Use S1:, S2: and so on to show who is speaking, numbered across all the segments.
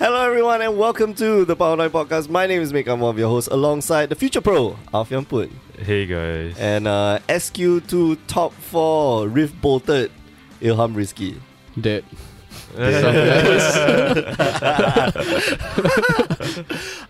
S1: everyone, and welcome to the Power 9 Podcast. My name is Mick. I'm one of your hosts alongside the future pro, Alfian Put,
S2: Hey guys.
S1: and uh, SQ2 Top 4 Rift Bolted, Ilham Risky.
S3: Dead.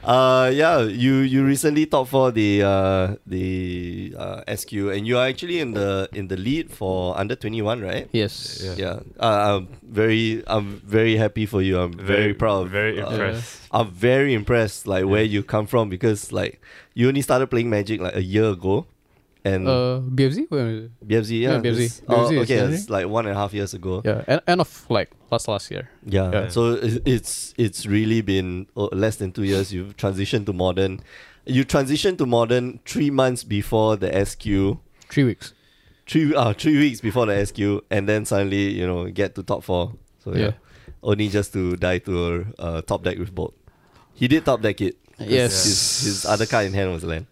S1: Uh, yeah, you, you recently top four the uh, the uh, SQ, and you are actually in the in the lead for under twenty one, right?
S3: Yes.
S2: Yeah.
S1: Yeah, uh, I'm very I'm very happy for you. I'm very, proud.
S2: Very
S1: Uh,
S2: impressed.
S1: I'm very impressed like where you come from because like you only started playing Magic like a year ago, and
S3: Uh, BFZ. When was it?
S1: BFZ yeah,
S3: yeah, BFZ.
S1: it's- oh,
S3: BFZ is
S1: okay,
S3: January?
S1: it's like one and a half years ago.
S3: Yeah. End, end of like last last year.
S1: Yeah.
S3: Yeah.
S1: So it- it's it's really been oh, less than two years. You've transitioned to modern. You transitioned to modern three months before the SQ,
S3: Three weeks.
S1: three uh, three weeks before the SQ, and then suddenly you know get to top four. So yeah,
S3: Yeah.
S1: only just to die to uh, top deck with Bolt. He did top deck it. 'cause
S3: Yes.
S1: His, his other card in hand was land.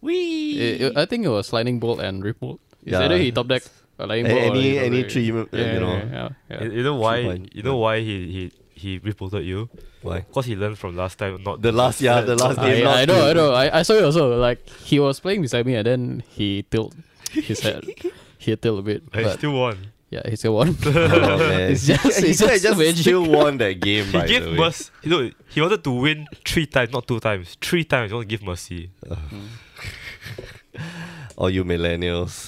S3: It- it- I think it was lightning bolt and rip bolt. It's
S1: Yeah.
S3: either he top deck or lightning
S1: A-
S3: bolt. or
S1: any
S3: he top
S1: any
S3: deck.
S1: three you
S3: Yeah,
S1: know
S3: yeah, yeah, yeah.
S2: You, you know
S1: Three
S2: why?
S1: point.
S2: You know why he he he reported you?
S1: why
S2: Cause he learned from last time. Not
S1: the last yeah the last game.
S3: I, I
S1: not
S3: know,
S1: to-
S3: I know. I, I saw it also. Like he was playing beside me, and then he tilt his head. he tilt a bit,
S2: But he
S3: but
S2: still won.
S3: yeah, he still won.
S1: Oh, man.
S3: It's just-
S1: he
S3: it's
S1: could have
S3: just
S1: just
S3: magic.
S1: still won that game.
S2: He
S1: by
S2: gave
S1: the way.
S2: mercy. You know, he wanted to win three times, not two times. Three times. He wanted to give mercy.
S1: Or you millennials.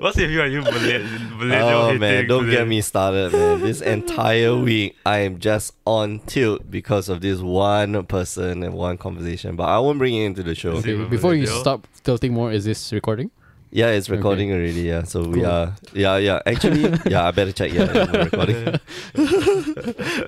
S2: What's if you are you millenn- millennial?
S1: oh
S2: hating
S1: man, don't get
S2: millenn-
S1: me started, man. This entire week I am just on tilt because of this one person and one conversation. But I won't bring it into the show.
S2: Is it
S3: okay,
S2: with
S3: before you
S2: Malaysia?
S3: stop tilting more, is this recording?
S1: Yeah, it's recording already, yeah. So we
S3: Cool.
S1: are yeah, yeah. Actually, yeah, I better check, yeah, yeah, we're recording.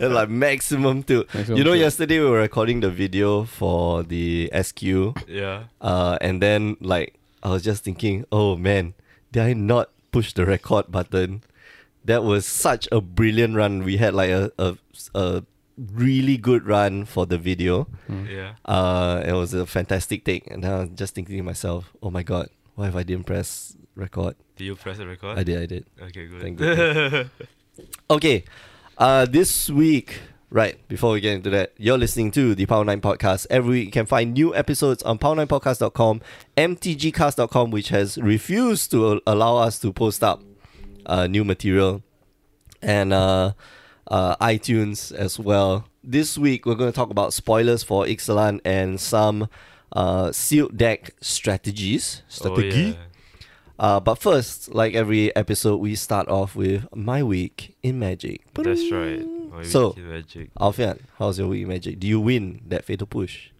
S1: And, like maximum tilt.
S3: Maximum
S1: you know,
S3: tilt.
S1: yesterday we were recording the video for the SQ.
S2: Yeah.
S1: Uh, and then like I was just thinking, oh man, did I not push the record button? That was such a brilliant run. We had like a a, a really good run for the video.
S2: Yeah.
S1: Uh, it was a fantastic take, and I was just thinking to myself, oh my god, why have I didn't press record?
S2: Did you press the record?
S1: I did, I did.
S2: Okay, good. Oh,
S1: Thank Okay. Uh, this week, right, before we get into that, you're listening to the Power 9 Podcast. Every week you can find new episodes on power9podcast.com, mtgcast.com, which has refused to allow us to post up uh, new material, and uh, uh, iTunes as well. This week, we're going to talk about spoilers for Ixalan and some uh, sealed deck strategies.
S2: oh, yeah.
S1: Uh, but first, like every episode, we start off with my week in Magic.
S2: That's right. Oh,
S1: So-
S2: so, magic.
S1: Alfian, how's your week in Magic? Do you win that fatal push?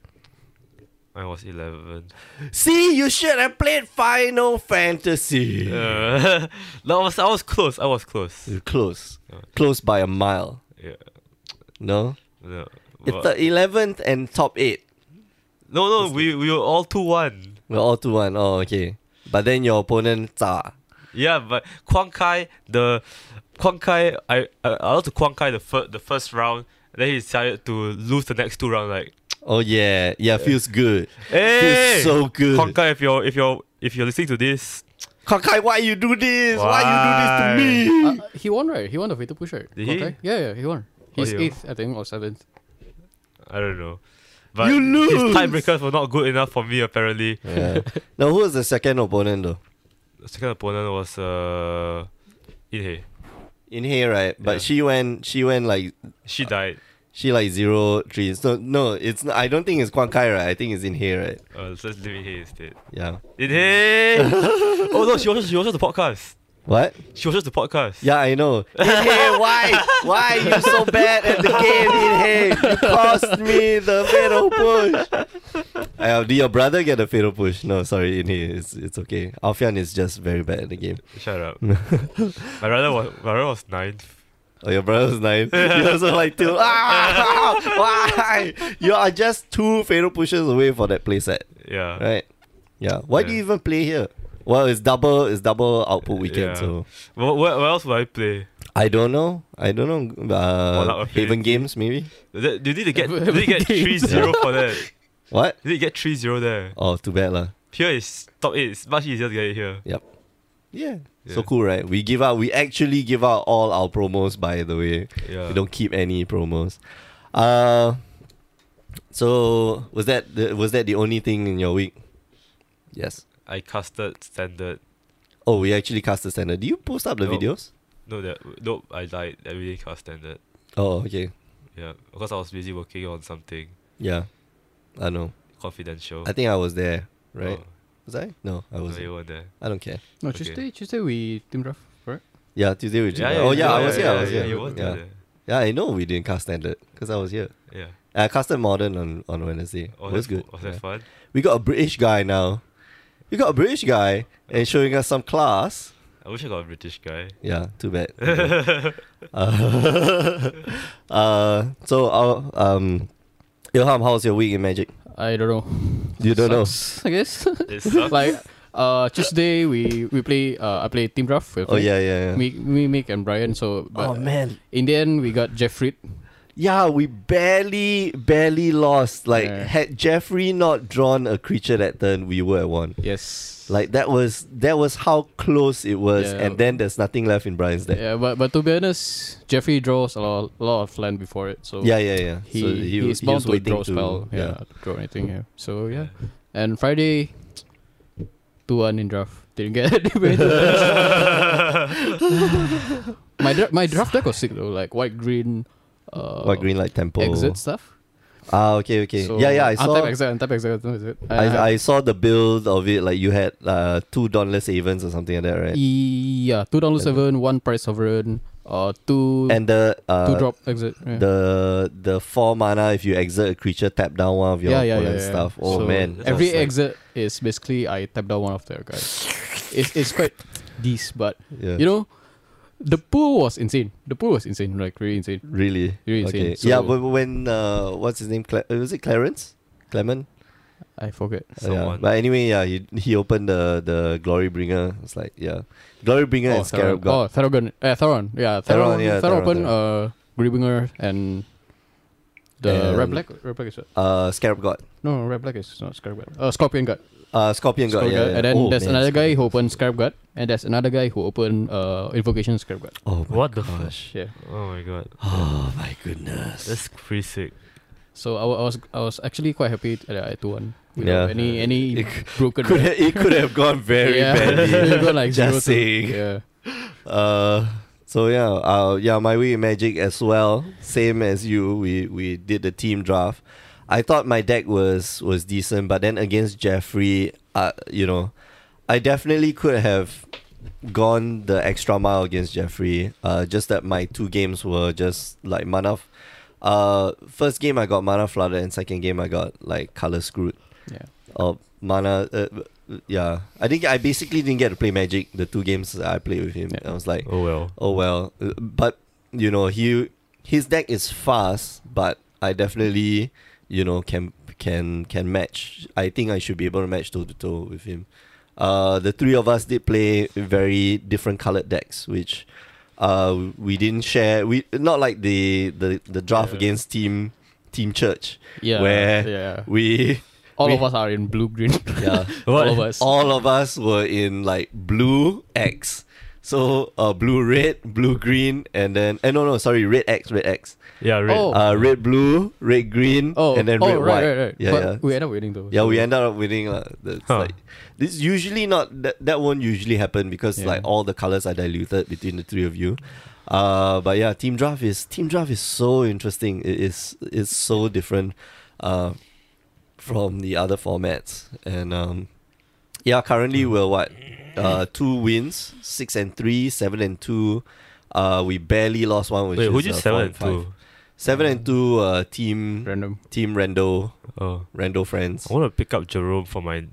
S2: I was 11.
S1: See, you should have played Final Fantasy.
S2: Uh, no, I was, I was close. I was close.
S1: You're Close,
S2: Yeah.
S1: close by a mile.
S2: Yeah.
S1: No,
S2: No.
S1: it's the eleventh and top eight.
S2: No, no, we, we were all 2 1.
S1: We're all two one. Oh, okay. But then your opponent, Za.
S2: Yeah, but Kwang Kai, the Kwang Kai, I, I I lost to Kwang Kai the, fir- the first round. Then he decided to lose the next two rounds. Like,
S1: Oh yeah, yeah, feels good.
S2: hey,
S1: Feels so
S2: Kwang
S1: good.
S2: Kai, if you're if you're if you're listening to this,
S1: Kakai, why you do this? Why, you do this to me?
S3: Uh, he won, right? He won the fatal pusher.
S2: Did he? Oh,
S3: Okay. Yeah, yeah, he won. He's
S2: he won.
S3: eighth, I think, or seventh.
S2: I don't know. But
S1: You lose.
S2: his tiebreakers were not good enough for me. Apparently,
S1: Yeah. now who was the second opponent though?
S2: the second opponent was uh, Inhe.
S1: in here, right? But
S2: Yeah.
S1: she went, she went like
S2: She
S1: Uh,
S2: died.
S1: she like zero three. So no, it's not, I don't think it's Quan Kai, right? I think it's in here, right?
S2: Uh, let's leave Inhe instead.
S1: Yeah.
S2: Inhe. oh no, she watches she watches the podcast.
S1: What?
S2: She watches the podcast.
S1: Yeah, I know. In here, why? Why you so bad at the game? In here, you cost me the fatal push. Uh, did your brother get a fatal push? No, sorry, in here, it's it's okay. Alfian is just very bad at the game.
S2: Shut up. my brother was my brother was ninth.
S1: Oh, your brother's nine. You also like two. Ah, why? You are just two fatal pushes away for that playset.
S2: Yeah.
S1: right? Yeah. Why do you
S2: Yeah.
S1: even play here? Well, it's double. It's double output weekend,
S2: Yeah.
S1: so
S2: What, what, what else would I play?
S1: I don't know. I don't know. Uh,
S2: One-up
S1: Haven Games maybe.
S2: Is that- Did you get did you get three zero for that?
S1: What?
S2: Did you get three zero there?
S1: Oh, too bad lah.
S2: Here is top eight. It's much easier to get it here.
S1: Yep. Yeah. So
S2: Yeah.
S1: cool, right? We give out. We actually give out all our promos. By the way,
S2: Yeah.
S1: we don't keep any promos. Uh, so was that the, was that the only thing in your week? Yes.
S2: I casted standard.
S1: Oh, we actually cast the standard. Do you post up the
S2: No.
S1: videos?
S2: No, that nope. I like I really cast standard.
S1: Oh, okay.
S2: Yeah, because I was busy working on something
S1: Yeah. I know.
S2: confidential.
S1: I think I was there, right?
S2: Oh,
S1: Was I? No, I
S2: no,
S1: wasn't.
S2: you weren't there.
S1: I don't care.
S3: No,
S2: Okay.
S3: Tuesday, Tuesday we team draft, right?
S1: Yeah, Tuesday we did.
S2: Yeah, yeah,
S1: oh, yeah, I
S2: yeah,
S1: was here.
S2: yeah,
S1: I was
S2: yeah,
S1: here.
S2: you were
S1: yeah.
S2: there.
S1: Yeah, I know we didn't cast standard because I was here.
S2: Yeah.
S1: I casted modern on, on Wednesday.
S2: Oh,
S1: it was
S2: that-
S1: good.
S2: Was that
S1: yeah.
S2: fun?
S1: We got a British guy now. We got a British guy and showing us some class.
S2: I wish I got a British guy.
S1: Yeah, too bad. uh, uh, so, uh, um, Ilham, how's your week in magic?
S3: I don't know.
S1: You don't know.
S3: Sucks, I guess.
S2: It sucks.
S3: like uh Tuesday we we play uh I play team draft with
S1: Oh yeah, yeah, yeah.
S3: me, me Mick and Brian so but
S1: oh man,
S3: in the end we got Jeffrey
S1: yeah, we barely, barely lost. Like,
S3: Yeah.
S1: had Jeffrey not drawn a creature that turn, we were at one.
S3: yes
S1: Like that was that was how close it was,
S3: Yeah.
S1: and then there's nothing left in Brian's deck.
S3: yeah but but to be honest Jeffrey draws a lot, a lot of land before it so
S1: Yeah, yeah, yeah.
S3: he,
S1: so
S3: he,
S1: was-
S3: is bound
S1: was
S3: to
S1: waiting
S3: draw spell yeah,
S1: yeah.
S3: to draw anything yeah so yeah and Friday two one in draft didn't get anywhere my dra- my draft deck was sick though like white green uh
S1: What green light temple?
S3: exit stuff
S1: Ah, okay, okay.
S3: So,
S1: yeah, yeah. I saw.
S3: untap exit Uh, untap exit untap exit
S1: I, I saw the build of it. Like you had uh, two Dauntless Avens or something like that, right?
S3: E, Yeah, two download
S1: And-
S3: seven, one price sovereign, uh, two
S1: and the uh,
S3: two drop exit. Yeah.
S1: the the four mana if you exert a creature, tap down one of your
S3: yeah, yeah, yeah,
S1: opponent's
S3: yeah.
S1: stuff. Oh
S3: So
S1: man, that
S3: every
S1: was like-
S3: exit is basically I tap down one of their guys. It's it's quite decent, but
S1: yeah.
S3: you know, the pool was insane. The pool was insane, like really insane.
S1: really,
S3: Really
S1: okay.
S3: insane. So-
S1: yeah, but when uh, what's his name? Cle- uh, was it Clarence? Clement?
S3: I forget.
S1: Uh, Yeah.
S2: Someone.
S1: But anyway, yeah, he he opened the the Glory Bringer. It's like yeah, Glory Bringer
S3: oh,
S1: and Scarab
S3: Theron.
S1: God.
S3: Oh, Theron. Yeah, Theron. Yeah,
S1: Theron,
S3: Theron.
S1: yeah,
S3: Theron
S1: Theron,
S3: open. Uh, Griebinger and the
S1: And-
S3: Red Black. Red Black is what?
S1: Uh, Scarab God.
S3: No, Red Black is not Scarab. God. Uh, Scorpion God.
S1: Uh, Scorpion God.
S3: Scarab
S1: yeah,
S3: God,
S1: yeah.
S3: And then
S1: Oh,
S3: there's
S1: man,
S3: another
S1: Scarab-
S3: guy who opened Scarab God, and there's another guy who opened uh, Invocation Scarab God.
S1: Oh my
S2: What the
S1: gosh.
S3: Yeah.
S2: oh my god,
S1: Oh my goodness.
S2: that's pretty sick.
S3: So I, wa- I was I was actually quite happy that I two one.
S1: Yeah.
S3: Any any
S1: It c-
S3: broken.
S1: could ha- it could have gone very
S3: yeah.
S1: badly.
S3: You got like
S1: Just
S3: zero
S1: saying.
S3: to, yeah.
S1: Uh, so yeah, uh, yeah, my way in magic as well. Same as you, we we did the team draft. I thought my deck was was decent, but then against Jeffrey, uh, you know, I definitely could have gone the extra mile against Jeffrey. Uh, just that my two games were just like mana. F- uh, first game I got mana flooded, and second game I got like color screwed.
S3: Yeah.
S1: Oh, mana. Uh, uh, yeah, I think I basically didn't get to play Magic. The two games I played with him,
S3: Yeah.
S1: I was like,
S2: Oh well.
S1: oh well. Uh, But you know, he his deck is fast, but I definitely you know can can can match. I think I should be able to match toe to toe with him. Uh, the three of us did play very different colored decks, which uh we didn't share. We not like the the the draft
S2: Yeah.
S1: against team team church.
S3: Yeah.
S1: Where
S3: yeah.
S1: We
S3: all
S1: we-
S3: of us are in blue green.
S1: yeah.
S3: all of us.
S1: all of us were in like blue X. So uh, blue red, blue green, and then eh, no no sorry red X red X.
S2: Yeah, right.
S3: Oh.
S1: Uh, red blue, red green,
S3: oh.
S1: and then
S3: oh,
S1: red
S3: right,
S1: white.
S3: Right, right.
S1: Yeah
S3: but
S1: yeah.
S3: We end up winning though.
S1: yeah,
S3: so-
S1: we ended up winning. Uh, that's
S2: Huh.
S1: like, this usually not that, that won't usually happen because
S3: Yeah.
S1: like all the colors are diluted between the three of you. Uh, but yeah, team draft is team draft is so interesting. It is it's so different uh, from the other formats. And um, yeah, currently
S2: Hmm.
S1: we're what uh, two wins, six and three, seven and two. Uh, we barely lost one. Which
S2: Wait,
S1: is,
S2: who'd you
S1: uh,
S2: seven
S1: four
S2: and
S1: five.
S2: two?
S1: Seven and two. Uh, team
S3: Random.
S1: team Rando
S2: Oh,
S1: Rando friends.
S2: I want to pick up Jerome for my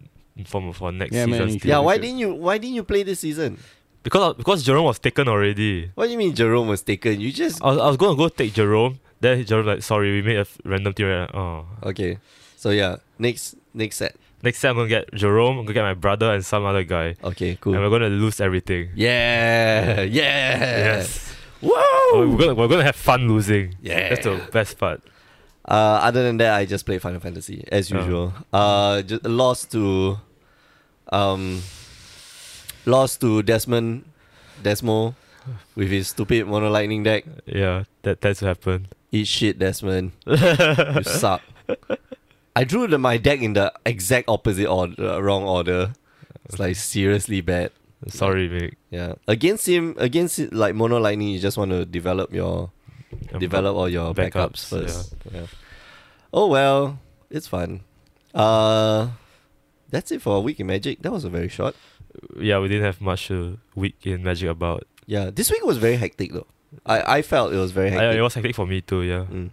S2: for for next
S3: Yeah, man,
S2: season.
S3: you
S1: Yeah,
S3: we
S1: why
S3: should-
S1: didn't you why didn't you play this season?
S2: because uh, because Jerome was taken already.
S1: What do you mean Jerome was taken? You just
S2: I was, I was gonna go take Jerome. Then Jerome like, sorry, we made a f- random theory. I'm like, Oh,
S1: Okay. So yeah, next next set.
S2: next time I'm gonna get Jerome. I'm gonna get my brother and some other guy,
S1: Okay,
S2: and
S1: cool.
S2: we're gonna lose everything.
S1: Yeah, yeah.
S2: Yes,
S1: Whoa.
S2: Oh, we're gonna we're gonna have fun losing.
S1: Yeah.
S2: that's the best part.
S1: Uh, other than that, I just play Final Fantasy as
S2: Oh.
S1: usual. Uh, just lost to, um, lost to Desmond, Desmo, with his stupid mono lightning deck.
S2: Yeah, that that's what happened.
S1: Eat shit, Desmond. You suck. I drew the, my deck in the exact opposite order, wrong order. It's like seriously bad.
S2: Sorry, Vic.
S1: Yeah. Against him, against it, like mono lightning, you just want to develop your
S2: Um,
S1: develop all your backups,
S2: backups,
S1: first. Yeah. Oh well, it's fun. Uh, that's it for a week in Magic. That was a very short.
S2: Yeah, we didn't have much uh, week in Magic about.
S1: Yeah, this week was very hectic though. I I felt it was very
S2: I,
S1: hectic.
S2: it was hectic for me too. Yeah.
S1: Mm.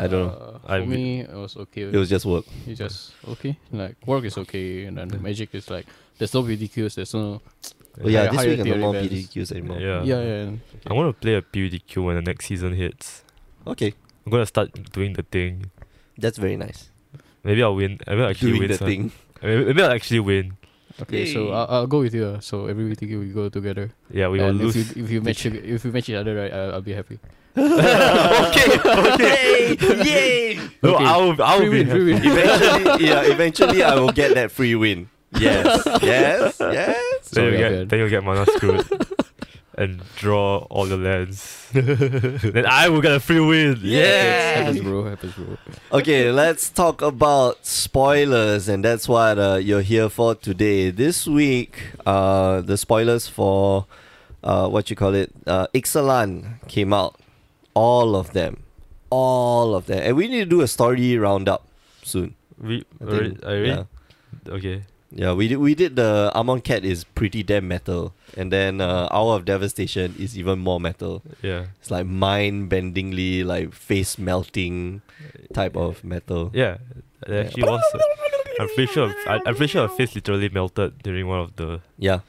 S1: I don't know.
S3: Uh,
S2: I
S3: for
S2: be-
S3: me, it was okay.
S1: It was just work.
S3: it's just okay. Like work is okay, and then magic is like there's no BDQs. There's no
S1: Oh yeah, this week
S3: Higher- higher
S1: I'm
S3: tier
S1: not more
S3: events.
S1: BDQs anymore.
S2: Yeah.
S3: yeah yeah. and-
S2: I want to play a PUDQ when the next season hits.
S1: Okay,
S2: I'm gonna start doing the thing.
S1: that's very nice.
S2: Maybe I'll win. I will actually
S1: Doing
S2: win.
S1: the
S2: some-
S1: thing.
S2: Maybe, maybe I'll actually win.
S3: Okay, so I'll, I'll go with you. uh, So every week we go together.
S2: Yeah, we will
S3: and
S2: lose.
S3: If you, if you match each- if you match each other, right, I'll, I'll be happy.
S1: okay, okay, yay!
S2: no,
S3: Okay.
S2: I'll I'll
S3: Free
S2: win.
S3: win, free win.
S1: Eventually, yeah, eventually I will get that free win. Yes, yes, yes.
S2: Then,
S3: Sorry,
S2: you
S3: Alfian.
S2: get, then you'll get mana screwed and draw all the lands. then I will get a free win. Yeah.
S3: happens, bro. Happens, bro.
S1: Okay, let's talk about spoilers, and that's what uh, you're here for today. This week, uh, the spoilers for uh, what you call it, uh, Ixalan came out. All of them, all of them, and we need to do a story roundup soon.
S2: We
S1: I
S2: already,
S1: think.
S2: I already,
S1: yeah.
S2: okay.
S1: Yeah, we did. We did the Amon Cat is pretty damn metal, and then uh, Hour of Devastation is even more metal.
S2: Yeah.
S1: It's like mind-bendingly, like face melting type of metal.
S2: Yeah. It actually was. a- I'm pretty sure. I, I'm pretty sure a face literally melted during one of the
S1: Yeah,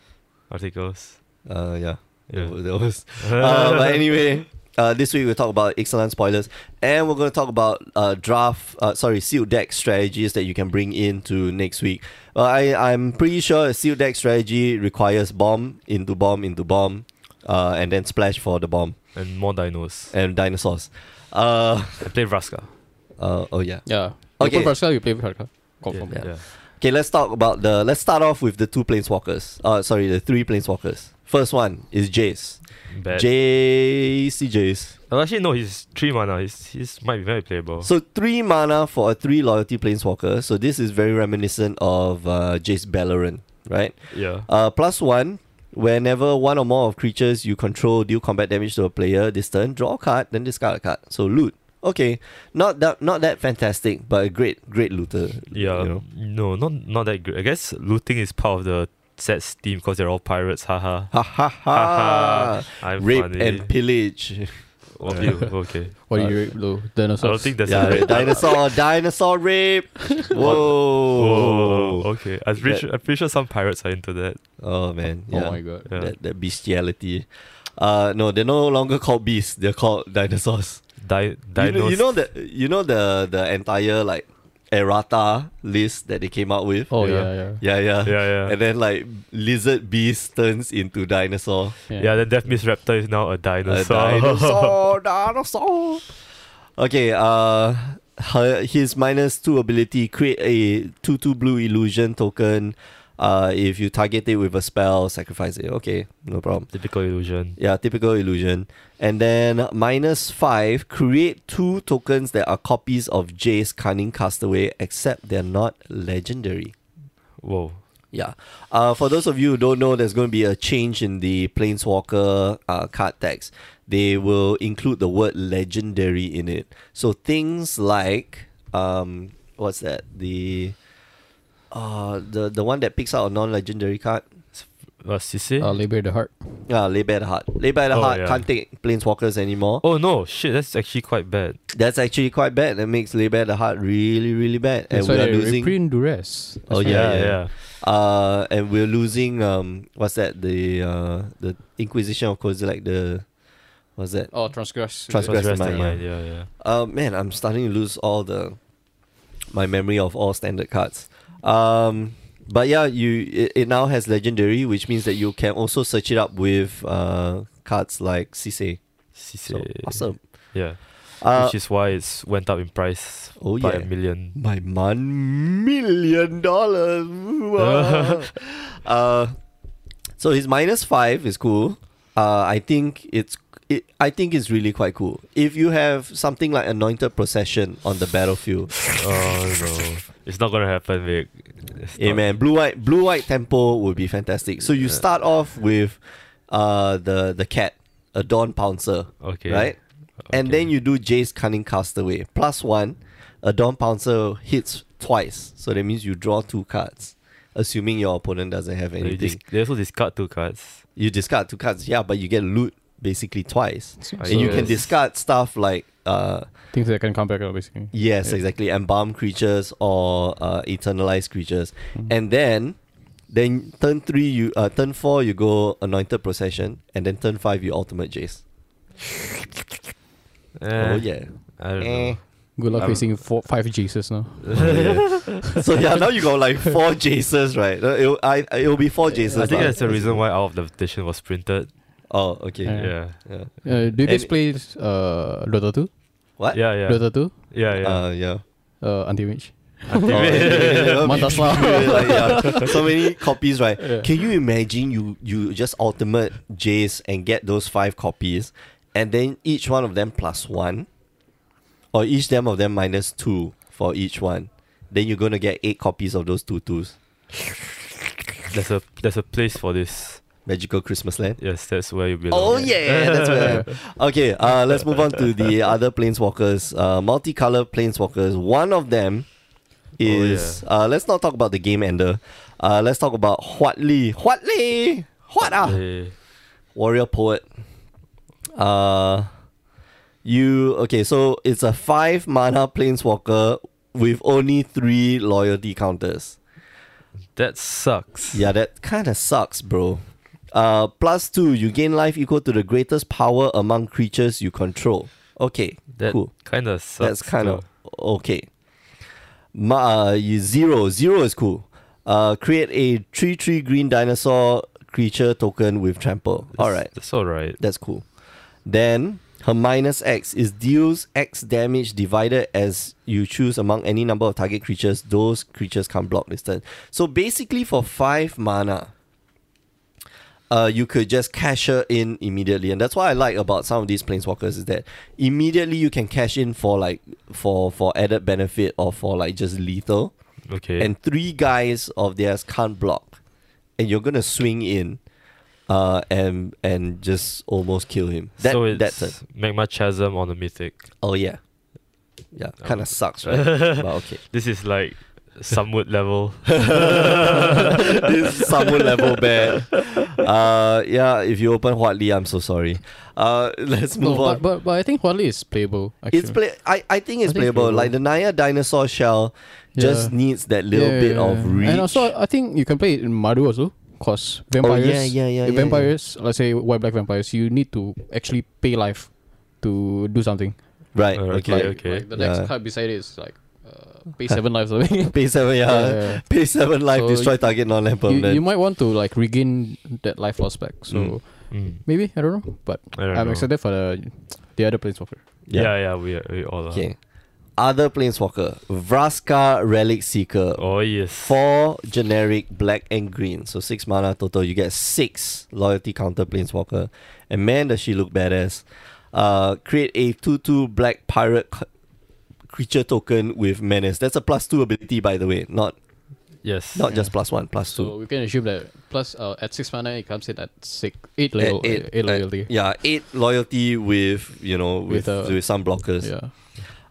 S2: articles.
S1: uh, yeah.
S2: Yeah.
S1: That was. uh, but anyway, uh, this week we'll talk about excellent spoilers, and we're going to talk about uh, draft, uh, sorry, sealed deck strategies that you can bring into next week. Uh, I I'm pretty sure a sealed deck strategy requires bomb into bomb into bomb, uh, and then splash for the bomb
S2: And more dinos.
S1: and dinosaurs. Uh,
S2: I played Vraska.
S1: uh, oh yeah.
S3: Yeah.
S1: Okay.
S3: You play Pascal, you play Pascal. Confirm.
S2: Yeah.
S1: Yeah.
S2: yeah.
S1: Okay, let's talk about the. Let's start off with the two planeswalkers. Uh, sorry, the three planeswalkers. First one is Jace.
S2: Bad.
S1: JC Jace.
S2: Oh, actually, no. He's three mana. He's he's might be very playable.
S1: So three mana for a three loyalty planeswalker. So this is very reminiscent of uh, Jace Bellerin, right?
S2: yeah.
S1: Uh, plus one. Whenever one or more of creatures you control deal combat damage to a player this turn, draw a card, then discard a card. So loot. Okay, not that not that fantastic, but a great great looter.
S2: Yeah,
S1: you know?
S2: no, not not that great. I guess looting is part of the set's theme because they're all pirates. Haha.
S1: Ha ha ha!
S2: I'm
S1: Rape
S2: funny.
S1: and pillage.
S2: Oh, you- okay.
S3: What do
S1: Uh,
S3: you rate though?
S2: I don't
S3: Dinosaurs.
S2: think that's
S1: yeah,
S2: a rape.
S1: dinosaur, dinosaur rape.
S2: Oh,
S1: Whoa!
S2: okay. I'm pretty,
S1: That-
S2: sure, I'm pretty sure some pirates are into that.
S1: Oh man!
S3: Oh
S1: Yeah.
S3: my god.
S2: Yeah.
S1: that, that bestiality. Uh, no, they're no longer called beasts. They're called dinosaurs.
S2: Di-
S1: You know,
S2: dinos.
S1: you know the you know the the entire like errata list that they came out with.
S3: Oh
S2: Yeah.
S3: yeah, yeah.
S1: Yeah, yeah,
S2: Yeah, yeah.
S1: And then like lizard beast turns into dinosaur.
S2: Yeah, the Death Miss Raptor is now a
S1: A
S2: dinosaur.
S1: dinosaur, dinosaur. Okay. Uh, her, his minus two ability create a two two blue illusion token. Uh, if you target it with a spell, sacrifice it. Okay, no problem.
S2: Typical illusion.
S1: Yeah, typical illusion. And then minus five, create two tokens that are copies of Jay's Cunning Castaway, except they're not legendary.
S2: Whoa.
S1: Yeah. Uh, for those of you who don't know, there's going to be a change in the Planeswalker uh, card text. They will include the word legendary in it. So things like, um, what's that? The. Uh, the the one that picks out a non-legendary card,
S2: Uh, Sisi?
S3: Uh, labor the heart.
S1: uh, Lay Bare the Heart. Lay Bare the
S2: Oh,
S1: Heart
S2: yeah.
S1: can't take planeswalkers anymore.
S2: oh no, shit, that's actually quite bad.
S1: That's actually quite bad. That makes Labor the Heart really, really bad. and
S3: That's
S1: we
S3: why
S1: are
S3: they
S1: losing
S3: reprint duress.
S1: Oh,
S3: That's why
S1: yeah,
S3: they-
S2: yeah.
S1: uh and we're losing um what's that? The uh the Inquisition of course like the what's that?
S3: Oh, transgress.
S1: Transgress. Transgress.
S2: Transgress
S1: Mind,
S2: the mind, yeah, yeah.
S1: Uh man, I'm starting to lose all the my memory of all standard cards. Um but yeah, you it, it now has legendary, which means that you can also search it up with uh cards like Sise.
S2: Sisi.
S1: So awesome.
S2: Yeah.
S1: Uh,
S2: Which is why it's went up in price
S1: Oh,
S2: by
S1: yeah.
S2: a million.
S1: My one million dollars. Wow. uh, so his minus five is cool. uh, I think it's it, I think it's really quite cool. If you have something like Anointed Procession on the battlefield,
S2: Oh no, it's not gonna happen, Vic. It's not-
S1: Amen. Blue white, blue white tempo would be fantastic. So you
S2: Yeah.
S1: start off with uh the the cat, a dawn pouncer,
S2: Okay.
S1: right? And
S2: Okay.
S1: then you do Jace Cunning Castaway plus one. A dawn pouncer hits twice, so that means you draw two cards, assuming your opponent doesn't have
S2: So you dis-
S1: anything.
S2: they also discard two cards.
S1: You discard two cards, yeah, but you get loot basically twice,
S2: I
S1: and you can
S2: guess.
S1: discard stuff like uh
S3: Things that can come back up, basically.
S1: Yes,
S3: Yeah.
S1: exactly. Embalm creatures or uh, eternalized creatures,
S3: Mm.
S1: and then then turn three you uh, turn four you go anointed procession, and then turn five you ultimate Jace.
S2: Eh,
S1: oh yeah.
S2: I don't
S1: Eh.
S2: know.
S3: Good luck
S2: Um,
S3: facing four, five Jesus now.
S1: Oh, yeah. so yeah, now you got like four Jaces, right? Uh, It'll, I, it'll be four Jaces.
S2: I think
S1: lah.
S2: that's the reason why Out of the Petition was printed.
S1: Oh, okay.
S3: Yeah.
S2: Yeah.
S1: Yeah.
S3: Uh, do you guys
S1: And-
S3: play uh, Dota 2?
S1: What?
S2: Yeah, yeah.
S3: Dota 2?
S2: Yeah, yeah.
S1: Uh, yeah.
S3: Uh, Anti-Mage?
S1: Oh, yeah, yeah, yeah.
S3: Mantas lah.
S1: Like, yeah. So many copies, right?
S3: Yeah.
S1: Can you imagine you you just ultimate Jace and get those five copies, and then each one of them plus one, or each them of them minus two for each one. Then you're gonna get eight copies of those two twos.
S2: There's a there's a place for this.
S1: Magical Christmas land.
S2: Yes, that's where you belong.
S1: Oh yeah, that's where. Okay, uh, let's move on to the other planeswalkers. Uh, multicolor planeswalkers. One of them is. uh, let's not talk about the game ender. Uh, let's talk about Huat Li. Huat Li. Huat ah.
S2: Eh,
S1: Warrior poet. Uh, you okay? So it's a five mana planeswalker with only three loyalty counters.
S2: that sucks.
S1: Yeah, that kind of sucks, bro. Uh, plus two, you gain life equal to the greatest power among creatures you control. Okay,
S2: That
S1: cool.
S2: kind of sucks.
S1: That's kind of
S2: too.
S1: okay. Ma, uh, you zero, zero is cool. Uh, create a three three green dinosaur creature token with trample. All
S2: That's-
S1: right,
S2: That's all right.
S1: that's cool. Then her minus X is deals X damage divided as you choose among any number of target creatures. Those creatures can't block this turn. So basically, for five mana, uh, you could just cash her in immediately, and that's what I like about some of these planeswalkers is that immediately you can cash in for like for for added benefit or for like just lethal
S2: Okay.
S1: and three guys of theirs can't block, and you're gonna swing in, uh, and and just almost kill him. That
S2: so it's
S1: that's it.
S2: Magma Chasm on the Mythic.
S1: Oh yeah, yeah.
S2: Oh.
S1: Kind of sucks, right? but okay.
S2: This is like Samwood level.
S1: this is someone level bad. Uh, yeah. If you open Huatli, I'm so sorry. Uh, let's
S3: No,
S1: move on.
S3: but, but, but I think Huali is playable, actually.
S1: it's play. I, I think it's
S3: I think it's
S1: playable.
S3: playable.
S1: Like the Naya dinosaur shell just
S3: Yeah.
S1: needs that little
S3: Yeah,
S1: bit
S3: yeah,
S1: of
S3: yeah.
S1: reach.
S3: And also, I think you can play it in Maru also, cause
S1: oh
S3: vampires.
S1: yeah, yeah, yeah.
S3: Uh,
S1: yeah, yeah.
S3: vampires, let's say white black vampires, you need to actually pay life to do something.
S1: Right.
S2: Uh,
S1: Okay.
S2: like-
S1: okay.
S2: okay.
S3: the next
S1: Yeah.
S3: card beside it is like uh, pay seven lives or something.
S1: Pay seven. Yeah.
S3: Yeah.
S1: Pay seven life.
S3: So
S1: destroy
S3: you-
S1: target non-land
S3: You,
S1: permanent.
S3: you might want to like regain that life loss back. So
S1: Mm.
S2: Mm,
S3: maybe I don't know, but
S2: I don't
S3: I'm
S2: know.
S3: excited for the the other planeswalker.
S2: Yeah, yeah, we, are- we all are.
S1: Okay. Other planeswalker, Vraska Relic Seeker.
S2: Oh yes.
S1: Four generic black and green. So six mana total. You get six loyalty counter planeswalker. And man, does she look badass. Uh, create a 2 2 black pirate c- creature token with menace. That's a plus two ability, by the way. Not
S2: Yes.
S1: not just plus one, plus
S3: So
S1: two.
S3: we can assume that plus uh, at six mana it comes in at six eight
S1: At
S3: level eight, eight
S1: uh,
S3: loyalty.
S1: yeah, eight loyalty with, you know, with,
S3: With,
S1: with,
S3: uh,
S1: some blockers.
S3: Yeah.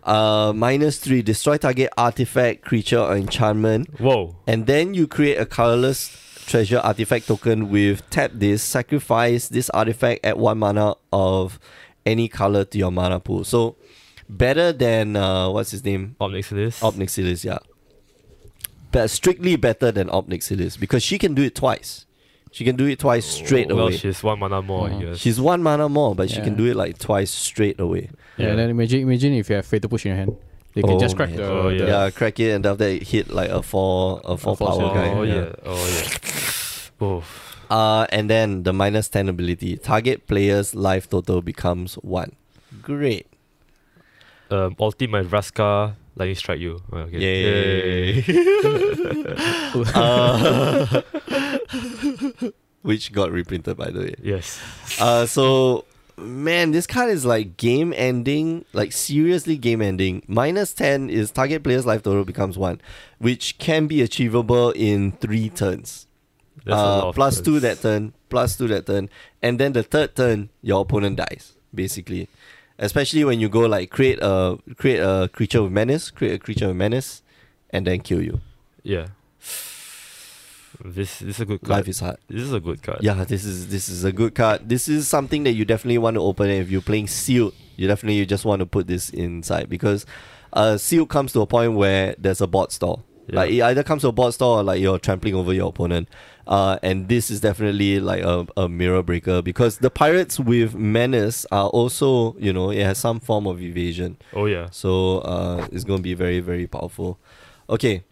S1: Uh, minus three, destroy target artifact, creature, or enchantment.
S2: Whoa.
S1: And then you create a colorless treasure artifact token with tap this, sacrifice this artifact at one mana of any color to your mana pool. So better than uh, what's his name?
S2: Omnixilis.
S1: Obnixilis, yeah. But strictly better than Obnixilis because she can do it twice. She can do it twice straight
S2: Oh, well,
S1: away.
S2: she's one mana more.
S3: Oh.
S2: I guess.
S1: She's one mana more, but she
S3: Yeah.
S1: can do it like twice straight away.
S3: yeah. And then imagine imagine if you have fatal push in your hand, you can
S1: Oh,
S3: just crack
S1: man.
S3: the,
S2: Oh,
S3: the-
S2: yeah.
S1: Yeah, crack it and after it hit like a four a four
S3: four
S1: power
S2: oh,
S1: guy.
S2: yeah. Oh yeah. Oh.
S1: Uh, and then the minus 10 ability. Target player's life total becomes 1. Great.
S2: Um. Ultimate Vraska. Lightning strike you. Oh, okay.
S1: Yay.
S2: Yay.
S1: Uh, which got reprinted by the way.
S2: Yes.
S1: Uh, so man, this card is like game ending, like seriously game ending. Minus ten is target player's life total becomes one, which can be achievable in three turns.
S2: That's a
S1: Uh,
S2: lot of
S1: plus two
S2: turns.
S1: that turn, plus two that turn, and then the third turn your opponent dies basically. Especially when you go like create a create a creature with menace, create a creature with menace, and then kill you.
S2: Yeah. This this is a good card.
S1: Life is hard.
S2: this is a good card.
S1: Yeah, this is this is a good card. This is something that you definitely want to open if you're playing sealed. You definitely you just want to put this inside because uh sealed comes to a point where there's a board stall.
S2: Yeah.
S1: Like it either comes to a board stall or like you're trampling over your opponent. Uh and this is definitely like a, a mirror breaker because the pirates with menace are also, you know, it has some form of evasion.
S2: Oh yeah.
S1: So uh, it's going to be very, very powerful. Okay.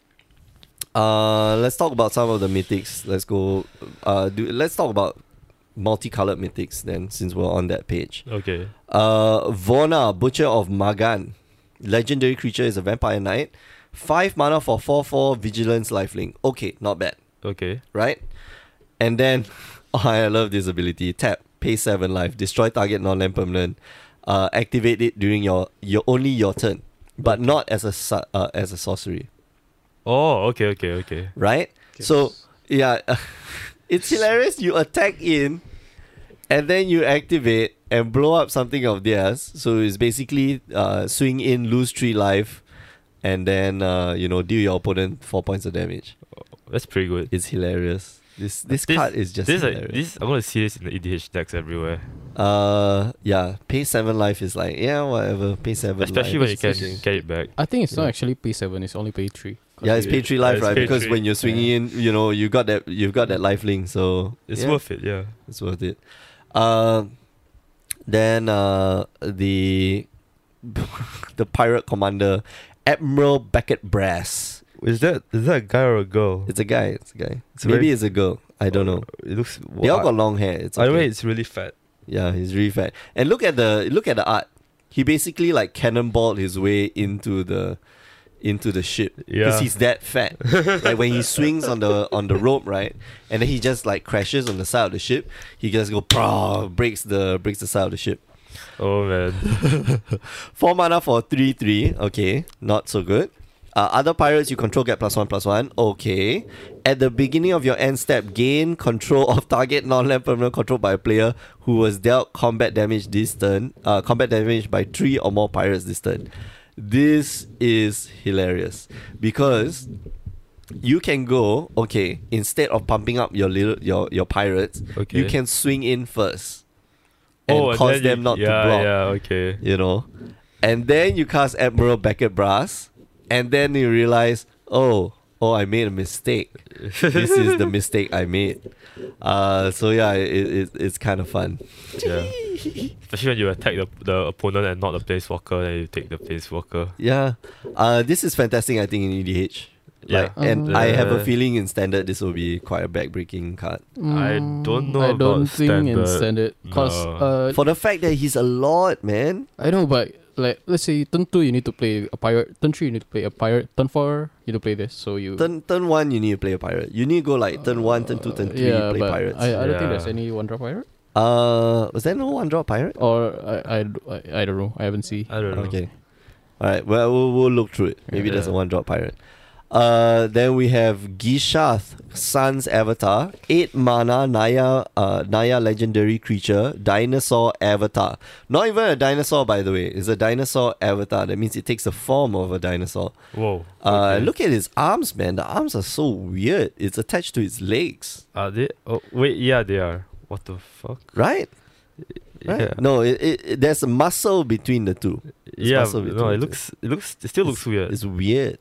S1: Uh, let's talk about some of the mythics. Let's go. Uh, do, let's talk about multicolored mythics then, since we're on that page.
S2: Okay.
S1: Uh, Vona, Butcher of Magan. Legendary creature is a vampire knight. 5 mana for 4 4 Vigilance Lifelink. Okay, not bad,
S2: Okay.
S1: right? And then, oh, I love this ability. Tap, pay 7 life, destroy target non land permanent. Uh, activate it during your, your only your turn, but not as a su- uh, as a sorcery,
S2: Oh, okay, okay, okay.
S1: right? So yeah, it's hilarious. You attack in, and then you activate and blow up something of theirs. So it's basically uh, swing in, lose three life, and then uh, you know deal your opponent four points of damage.
S2: That's pretty good.
S1: It's hilarious. This this,
S2: This-
S1: card is just
S2: this, uh,
S1: hilarious.
S2: this I'm gonna see this in the EDH decks everywhere.
S1: uh yeah, pay seven life is like yeah whatever. Pay seven, life.
S2: Especially when you can
S3: it's- it's-
S2: get it back.
S3: I think it's
S1: Yeah.
S3: not actually P7, it's only P3.
S1: yeah, it's pay three
S2: Yeah,
S1: life,
S2: it's
S1: right?
S2: pay
S1: Because
S2: three.
S1: when you're swinging
S3: Yeah.
S1: in, you know you got that you've got that lifelink, so
S2: It's
S1: yeah.
S2: worth it, yeah.
S1: It's worth it. Uh, then uh, the the pirate commander, Admiral Beckett Brass.
S2: Is that is that a guy or a girl?
S1: It's a guy. It's a guy.
S2: It's
S1: Maybe
S2: very-
S1: it's a girl. I don't know.
S2: It looks.
S1: They all got long hair. It's
S2: I know
S1: okay.
S2: it's really fat.
S1: Yeah, he's really fat. And look at the look at the art. He basically like cannonballed his way into the into the ship because
S2: Yeah.
S1: he's that fat. like when he swings on the on the rope, right, and then he just like crashes on the side of the ship. He just go "Prah," breaks the breaks the side of the ship.
S2: Oh man.
S1: Four mana for three three. Okay, not so good. Uh, other pirates you control get plus one plus one. Okay. At the beginning of your end step, gain control of target non-land permanent controlled by a player who was dealt combat damage this turn. Uh, combat damage by three or more pirates this turn. This is hilarious because you can go okay instead of pumping up your little your your pirates,
S2: Okay.
S1: you can swing in first and
S2: oh,
S1: cause
S2: then you-
S1: them not
S2: yeah,
S1: to block
S2: Yeah. Okay.
S1: you know. And then you cast Admiral Beckett Brass, and then you realize, oh, oh, I made a mistake. this is the mistake I made. Uh, so yeah, it, it, it's kind of fun.
S2: Yeah. Especially when you attack the, the opponent and not the place walker, then you take the place walker.
S1: Yeah, uh, this is fantastic. I think in EDH.
S2: Yeah.
S1: Like, and
S3: Uh-huh.
S1: I have a
S2: Uh,
S1: feeling in standard this will be quite a backbreaking card
S2: I don't know
S3: Mm, I
S2: about
S3: don't think
S2: standard.
S3: in standard. Because,
S2: No.
S3: uh,
S1: for the fact that he's a lord, man.
S3: I know, but like, let's say turn 2, you need to play a pirate. Turn 3, you need to play a pirate. Turn 4, you need to play this. So you.
S1: Turn turn one, you need to play a pirate. You need to go like turn one, turn two, turn
S3: Uh,
S1: three,
S3: yeah,
S1: play
S3: but
S1: pirates.
S3: I, I don't think
S2: Yeah.
S3: there's any one drop pirate.
S1: uh, was there no one drop pirate?
S3: Or I, I, I, I don't know. I haven't seen.
S2: I don't know.
S1: Okay. All right. Well, we'll, we'll look through it. Maybe there's a
S2: Oh. Yeah.
S1: one drop pirate. Uh, then we have Gishath, Sun's Avatar, eight mana Naya, uh, Naya legendary creature, dinosaur avatar. Not even a dinosaur, by the way. It's a dinosaur avatar. That means it takes the form of a dinosaur.
S2: Whoa.
S1: Uh,
S2: okay.
S1: look at his arms, man. The arms are so weird. It's attached to his legs,
S2: Are they? Oh wait. Yeah, they are. What the fuck?
S1: right? Right.
S2: Yeah.
S1: No, it, it, it- there's a muscle between the two. it's
S2: yeah.
S1: muscle
S2: No,
S1: between
S2: it
S1: it.
S2: looks. It looks. It still looks weird.
S1: It's weird.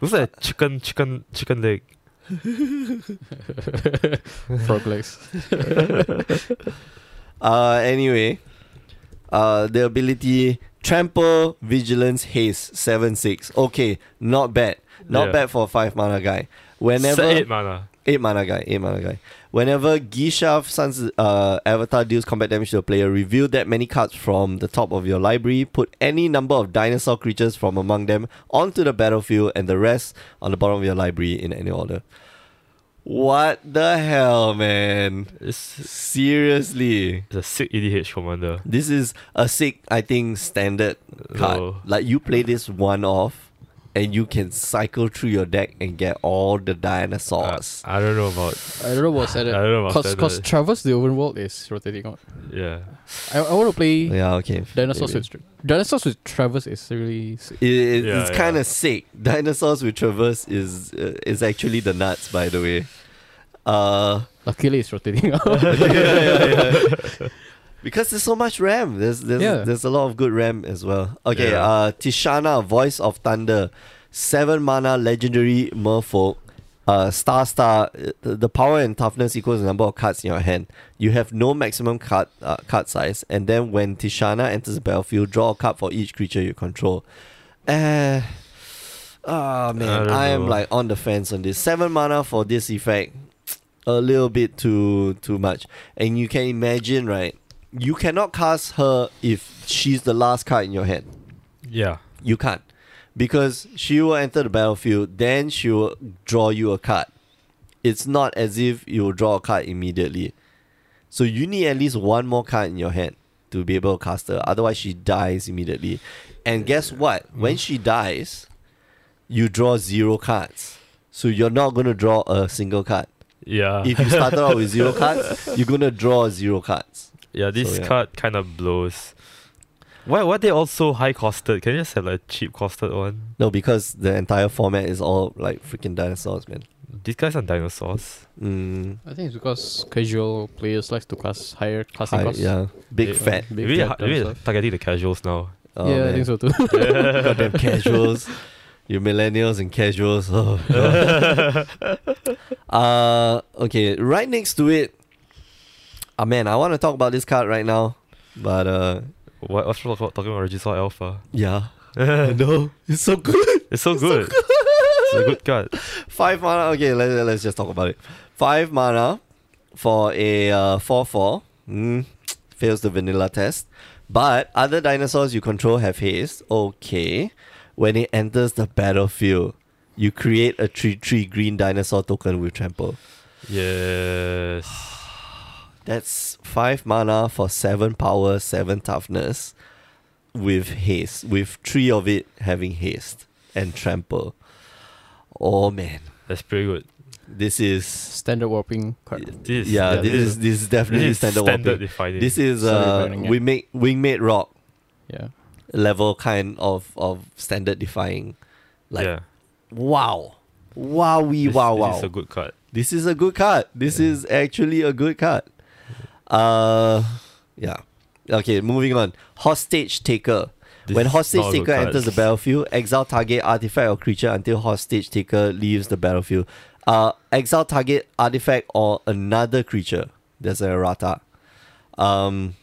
S2: looks like chicken, chicken, chicken leg.
S3: Frog legs.
S1: Uh, anyway, uh, the ability Trample, Vigilance, Haste, seven six. Okay, not bad. Not
S2: Yeah.
S1: bad for a five mana guy. Whenever
S2: Set
S1: eight,
S2: eight mana.
S1: mana guy, eight mana guy. Whenever Gishaf Sun's uh, avatar deals combat damage to a player, reveal that many cards from the top of your library. Put any number of dinosaur creatures from among them onto the battlefield, and the rest on the bottom of your library in any order. What the hell, man?
S2: It's,
S1: Seriously.
S2: it's a sick EDH commander.
S1: This is a sick, I think, standard card.
S2: Oh.
S1: Like you play this one off and you can cycle through your deck and get all the
S2: I,
S1: dinosaurs.
S2: Uh, I don't know about
S3: I don't know what's at it.
S2: I don't know about
S3: Cause,
S2: standard.
S3: cause Traverse the Overworld is rotating out.
S2: yeah.
S3: I, I want to play
S1: yeah, okay.
S3: Dinosaurs
S1: maybe.
S3: with Dinosaurs with Traverse is really sick.
S1: It, it-
S2: Yeah,
S1: it's
S2: yeah.
S1: kind of sick. Dinosaurs with Traverse is uh, is actually the nuts, by the way. Uh,
S3: Luckily, it's rotating out.
S1: because there's so much RAM. There's there's
S3: Yeah.
S1: there's a lot of good RAM as well. Okay,
S2: Yeah.
S1: uh, Tishana, Voice of Thunder, seven mana legendary Merfolk. Uh, star star. uh, The the power and toughness equals the number of cards in your hand. You have no maximum card uh, card size, and then when Tishana enters the battlefield, draw a card for each creature you control. Uh, Ah man,
S2: don't
S1: I, am
S2: know.
S1: like on the fence on this. Seven mana for this effect, a little bit too too much. And you can imagine, right? You cannot cast her if she's the last card in your hand.
S2: Yeah.
S1: You can't, because she will enter the battlefield. Then she will draw you a card. It's not as if you will draw a card immediately. So you need at least one more card in your hand to be able to cast her. Otherwise, she dies immediately. And guess what? When she dies, you draw zero cards. So you're not going to draw a single card.
S2: Yeah.
S1: If you started out with zero cards, you're going to draw zero cards.
S2: yeah, this
S1: So, yeah.
S2: card kind of blows. Why why they all so high costed? Can you just have like a cheap costed one?
S1: No, because the entire format is all like freaking dinosaurs, man.
S2: These guys are dinosaurs.
S1: Mm,
S3: I think it's because casual players like to cast higher casting
S1: hi-
S3: costs.
S1: yeah, big
S2: Yeah.
S1: fat.
S3: Big
S2: Maybe,
S3: fat
S2: maybe
S3: dinosaurs.
S2: targeting the casuals now.
S1: Oh,
S3: yeah, I
S1: man.
S3: think so too.
S1: Goddamn casuals. You millennials and casuals. Oh, God. uh, okay, right next to it. Ah, man, I want to talk about this card right now. But, uh,
S2: What, what's wrong about talking about Regisaur Alpha?
S1: yeah. no, it's so good.
S2: It's so good. it's a good card.
S1: Five mana. Okay, let, let- let's just talk about it. Five mana for a uh, 4 4. Mm, fails the vanilla test. But other dinosaurs you control have haste. Okay. When it enters the battlefield, you create a 3 3 green dinosaur token with trample.
S2: Yes.
S1: That's 5 mana for 7 power, 7 toughness with haste, with 3 of it having haste and trample. Oh man,
S2: That's pretty good.
S1: this is
S3: Standard warping card.
S2: This,
S1: yeah, this is this is definitely
S2: this is
S1: standard,
S2: standard
S1: warping.
S2: defining.
S1: This is
S3: Standard
S1: uh
S3: defining, yeah.
S1: we make wingmate rock
S3: Yeah.
S1: level kind of of standard defying. Like
S2: yeah.
S1: wow. Wow we
S2: This-
S1: wow
S2: This
S1: wow.
S2: is a good card.
S1: This is a good card. This
S2: Yeah.
S1: is actually a good card. Uh yeah. Okay, moving on. Hostage taker.
S2: This
S1: when
S2: is
S1: hostage
S2: not a good
S1: taker
S2: card.
S1: enters the battlefield, exile target artifact or creature until hostage taker leaves the battlefield. Uh, exile target artifact or another creature. There's an errata. Um,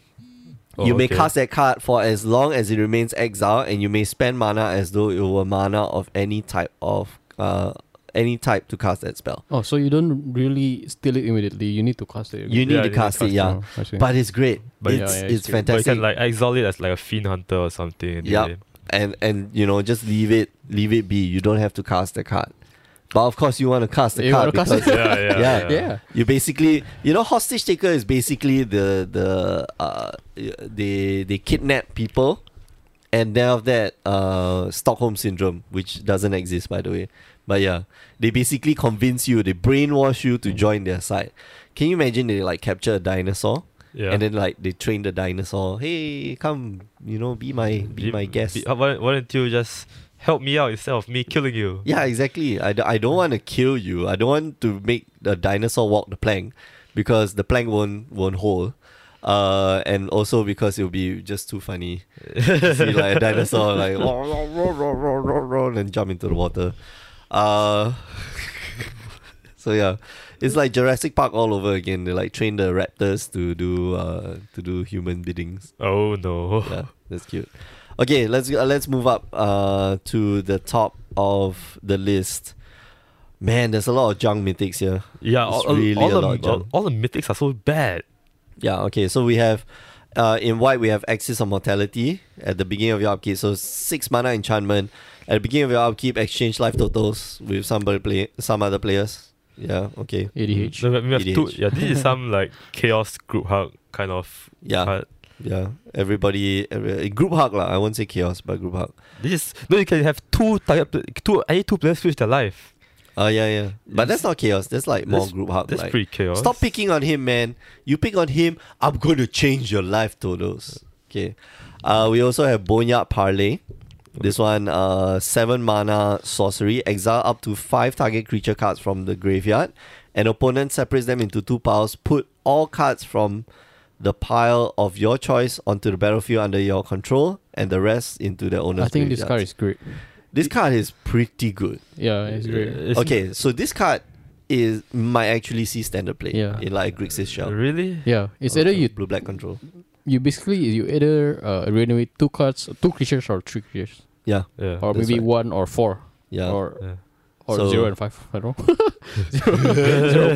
S2: Oh,
S1: you may
S2: okay.
S1: cast that card for as long as it remains exiled, and you may spend mana as though it were mana of any type of uh any type to cast that spell.
S3: Oh, so you don't really steal it immediately. You need to cast it.
S1: You need
S2: Yeah,
S1: to
S2: you need to
S1: cast it,
S2: cast
S1: yeah.
S3: Oh, I see.
S1: But it's great.
S2: But
S1: it's,
S3: yeah, yeah,
S1: it's,
S3: it's good.
S2: But you
S1: fantastic.
S2: can like exile it as like a fiend hunter or something. and
S1: Yup.
S2: then-
S1: and and you know just leave it leave it be. You don't have to cast the card. But of course you want to cast the
S3: You
S1: card
S3: wanna cast
S1: because
S3: it.
S2: Yeah, yeah,
S1: Yeah.
S2: yeah.
S3: yeah.
S1: you basically you know hostage taker is basically the the uh they they kidnap people and then of that uh Stockholm syndrome which doesn't exist by the way. But yeah, they basically convince you, they brainwash you to join their side. Can you imagine they like capture a dinosaur?
S2: Yeah.
S1: And then like they train the dinosaur, hey, come, you know, be my be
S2: You-
S1: my guest.
S2: be- uh, why, why don't you just help me out instead of me killing you?
S1: Yeah, exactly. I, d- I don't want to kill you. I don't want to make the dinosaur walk the plank because the plank won't won't hold. Uh, and also because it'll be just too funny. to See like a dinosaur like roar, roar, roar, roar, roar, roar, roar, and jump into the water. Uh, so yeah, it's like Jurassic Park all over again. They like train the raptors to do uh to do human biddings
S2: Oh no.
S1: yeah, that's cute. Okay, let's uh, let's move up uh, to the top of the list. Man, there's a lot of junk mythics here.
S2: Yeah,
S1: It's
S2: all, all-
S1: really
S2: all
S1: a
S2: the,
S1: lot, John.
S2: all, all the mythics are so bad.
S1: Yeah, okay. So we have uh, in white we have Axis of Mortality at the beginning of your upkeep. So six mana enchantment at the beginning of your upkeep. Exchange life totals with somebody play some other players. Yeah. Okay.
S3: ADH.
S1: Mm,
S2: No, but we have two,
S1: EDH.
S2: yeah, this is some like chaos group hug kind of
S1: Yeah.
S2: card.
S1: Yeah. Everybody, every, group hug lah. I won't say chaos, but group hug.
S2: This is no, you can have two target, pla- two any two players switch their life.
S1: Oh yeah, yeah. But that's not chaos. That's like more
S2: That's-
S1: group hug.
S2: That's
S1: like,
S2: pretty chaos.
S1: Stop picking on him, man. You pick on him, I'm going to change your life, Todos. Okay. Uh, we also have Boneyard Parlay. This one, uh, 7 mana sorcery. Exile up to 5 target creature cards from the graveyard. An opponent separates them into two piles. Put all cards from the pile of your choice onto the battlefield under your control and the rest into their owner's
S3: I think this card
S1: graveyards.
S3: is great.
S1: This card is pretty good.
S3: Yeah, it's great.
S2: It's-
S1: okay, so this card is might actually see standard play
S3: Yeah.
S1: in like a Grixis shell.
S2: Really?
S3: Yeah, it's
S1: Or
S3: either you
S1: blue black control.
S3: you basically you either uh, renovate two cards, two creatures or three creatures,
S1: Yeah,
S2: Yeah.
S3: or
S1: That's
S3: maybe
S1: right.
S3: one or four
S1: yeah.
S3: or
S2: yeah.
S3: or
S1: So-
S3: zero and five. I don't know. zero, zero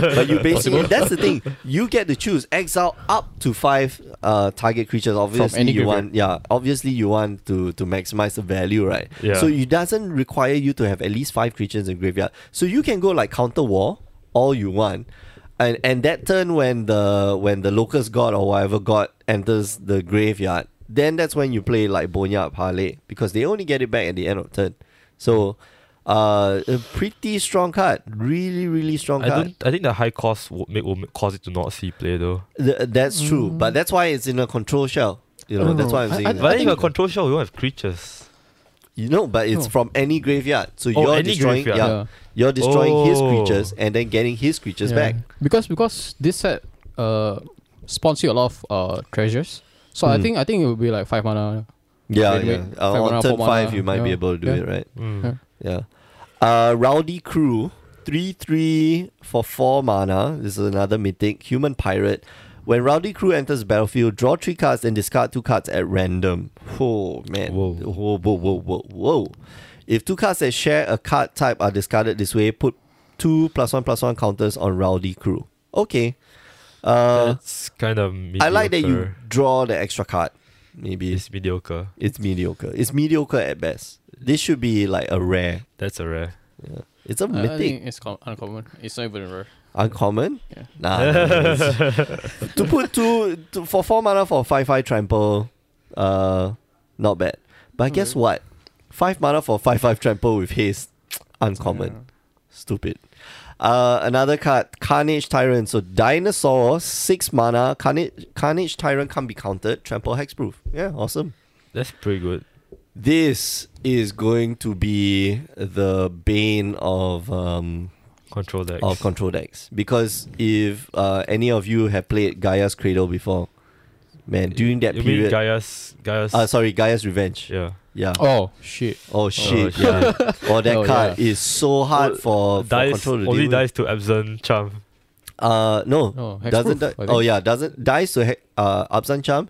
S1: but you basically
S3: Possible.
S1: that's the thing. You get to choose exile up to five uh, target creatures. Obviously
S3: any
S1: you
S3: graveyard.
S1: want yeah, obviously you want to to maximize the value, right?
S2: Yeah.
S1: So it doesn't require you to have at least five creatures in graveyard. So you can go like counter war all you want. And and that turn when the when the locust god or whatever god enters the graveyard, then that's when you play like Boneyard Parlay because they only get it back at the end of turn. So uh, a pretty strong card, really, really strong
S2: I
S1: card.
S2: don't. I think the high cost will make will make- cause it to not see play though.
S1: Th- that's true, but that's why it's in a control shell. You know,
S3: Mm. Oh.
S1: that's why I'm
S3: I-
S1: saying.
S3: I-
S1: that.
S2: But I think
S3: think-
S2: a control shell, we don't have creatures.
S1: you know, but it's
S3: Oh.
S1: from any graveyard, so
S2: Oh,
S1: you're
S2: any
S1: destroying.
S2: graveyard.
S1: Yeah,
S3: yeah.
S1: you're destroying his
S2: Oh.
S1: creatures and then getting his creatures
S3: Yeah.
S1: back.
S3: Because because this set uh spawns you a lot of uh treasures. So I
S1: Mm.
S3: think I think it would be like five mana.
S1: Yeah,
S3: Wait,
S1: yeah.
S3: wait.
S1: Uh,
S3: Five
S1: on
S3: mana,
S1: turn
S3: four mana.
S1: five, you might be
S3: Yeah.
S1: able to do
S3: Yeah.
S1: it, right?
S2: Mm.
S3: Yeah.
S1: Yeah. Uh, Rowdy Crew, 3 3 for 4 mana. This is another mythic. Human Pirate. When Rowdy Crew enters the battlefield, draw 3 cards and discard 2 cards at random. Oh, man.
S2: Whoa.
S1: Whoa, whoa, whoa, whoa, whoa. If two cards that share a card type are discarded this way, put 2 plus 1 plus 1 counters on Rowdy Crew. Okay. Uh,
S2: That's kind of.
S1: I like that you draw the extra card. Maybe
S2: It's mediocre.
S1: it's mediocre. It's mediocre at best. This should be like a rare.
S2: That's a rare.
S1: Yeah. It's a
S3: I- I
S1: mythic.
S3: think it's com- uncommon. It's not even rare.
S1: Uncommon?
S3: Yeah.
S1: Nah. nah, nah, nah. to put two to, for four mana for five five trample, uh, not bad. But guess what? Five mana for five five trample with haste, uncommon. Stupid. Uh, another card, Carnage Tyrant. So dinosaur, six mana. Carnage Carnage Tyrant can't be countered. Trample hexproof. Yeah, awesome.
S2: That's pretty good.
S1: This is going to be the bane of um,
S2: Control decks.
S1: of control decks because if uh, any of you have played Gaia's Cradle before, man, during that
S2: you mean
S1: period,
S2: Gaia's Gaia's
S1: uh, sorry, Gaia's Revenge,
S2: yeah.
S1: yeah.
S3: Yeah. Oh shit.
S1: Oh shit! yeah.
S2: yeah.
S1: Oh, that
S3: Oh,
S1: card
S3: yeah.
S1: is so hard for, for
S2: Oh, dice
S1: control to
S2: only
S1: deal with.
S2: dies to absent charm.
S1: Uh, no,
S3: No,
S1: doesn't.
S3: hexproof,
S1: Di-
S3: I
S1: oh
S3: think.
S1: yeah, doesn't dies to he- uh Absan Charm,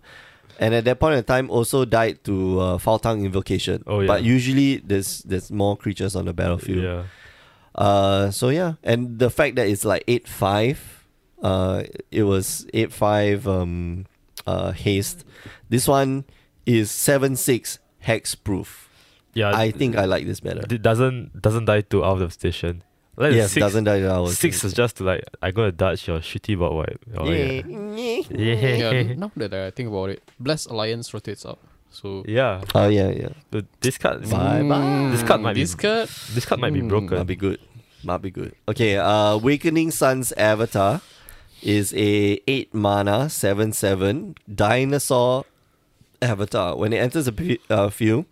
S1: and at that point in time also died to uh, Foul Tongue Invocation.
S2: Oh, yeah.
S1: But usually there's there's more creatures on the battlefield.
S2: Yeah.
S1: Uh, so yeah, and the fact that it's like eight five, uh, it was eight five um, uh, haste. This one is seven six hex proof.
S2: Yeah.
S1: I think I like this better.
S2: it doesn't doesn't die to out of station. Like
S1: yes,
S2: six,
S1: doesn't die to hours.
S2: six is just to like I gotta dodge your shitty bot wipe. Oh, yeah. Yeah.
S3: yeah. n- Now that I think about it, Blessed Alliance rotates out. So hmm,
S2: Yeah.
S1: Oh yeah, yeah.
S2: The- This card
S1: Bye bye.
S2: This card might be-
S3: This card.
S2: this card might be
S3: Mm.
S1: Hmm. Might
S2: broken.
S1: be good. Might be good. Okay. Uh, Awakening Sun's avatar is a eight mana seven seven dinosaur avatar. When it enters a p- uh, field,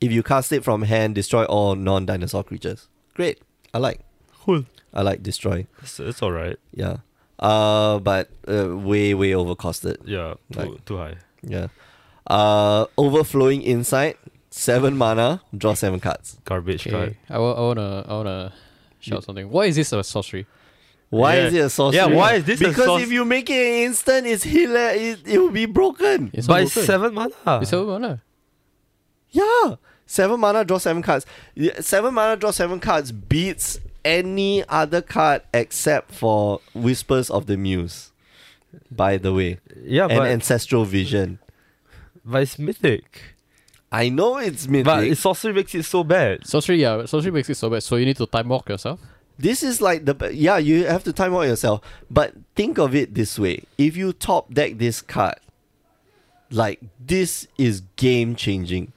S1: if you cast it from hand, destroy all non dinosaur creatures. Great. I like.
S2: Cool.
S1: I like destroy.
S2: It's, it's alright.
S1: Yeah. Uh, but uh, way way overcosted.
S2: Yeah. Too,
S1: Like-
S2: too high.
S1: Yeah. Uh, overflowing insight seven mana. Draw seven cards.
S2: Garbage card.
S3: Okay. I, wa- I wanna I wanna shout something. Why is this a sorcery?
S1: Why
S2: Yeah.
S1: is it a sorcery?
S2: Yeah, why is this a
S1: Because
S2: sorc-
S1: if you make it an instant, it's hila- it, it will be broken.
S3: It's
S2: but
S3: not
S2: it's
S3: broken.
S2: seven mana.
S3: It's seven mana.
S1: Yeah. Seven mana, draw seven cards. Yeah, Seven mana, draw seven cards beats any other card except for Whispers of the Muse, by the way,
S2: yeah,
S1: and
S2: but,
S1: Ancestral Vision.
S2: but it's mythic.
S1: I know it's mythic.
S2: But it's sorcery makes it so bad.
S3: Sorcery, yeah. Sorcery makes it so bad. So you need to time walk yourself.
S1: This is like the be- yeah, you have to time out yourself. But think of it this way: if you top deck this card, like this is game changing.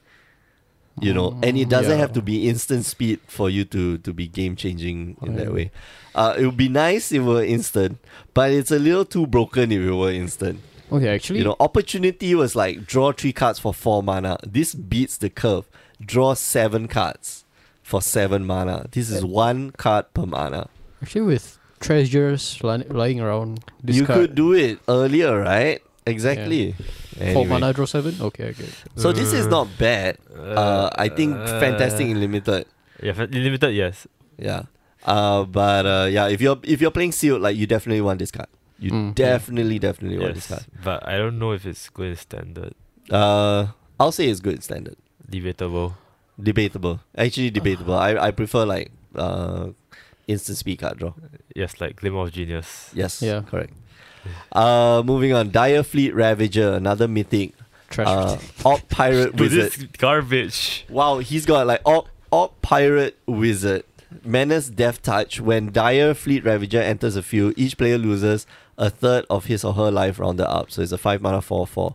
S1: You know, and it doesn't
S3: yeah.
S1: have to be instant speed for you to to be game changing in that
S3: Okay.
S1: way. Uh, it would be nice if it were instant, but it's a little too broken if it were instant.
S3: Okay, actually,
S1: You know, opportunity was like draw three cards for four mana. This beats the curve. Draw seven cards for seven mana. This is one card per mana.
S3: actually with treasures lying, lying around, this
S1: you
S3: card,
S1: could do it earlier, right? Exactly.
S3: four
S1: Anyway.
S3: mana draw seven. Okay, okay.
S1: So this is not bad. Uh, I think fantastic
S2: Uh.
S1: in limited.
S2: Yeah, fa- limited. Yes.
S1: Yeah. Uh, but uh, yeah, if you're if you're playing sealed, like you definitely want this card. You
S3: Mm.
S1: definitely definitely want this
S2: yes.
S1: card.
S2: But I don't know if it's good in standard.
S1: Uh, I'll say it's good standard.
S2: Debatable.
S1: Debatable.
S2: Ah.
S1: Actually debatable. I, I prefer like uh instant speed card draw.
S2: Yes, like Glimmer of Genius.
S1: Yes.
S3: Yeah.
S1: Correct. Uh moving on. Dire Fleet Ravager, another mythic.
S3: Trash.
S1: Uh Orc Pirate
S2: Dude,
S1: Wizard.
S2: this garbage.
S1: Wow, he's got like Orc, Orc Pirate Wizard. Menace Death Touch. When Dire Fleet Ravager enters the field, each player loses a third of his or her life rounded up. So it's a 5 mana 4 4.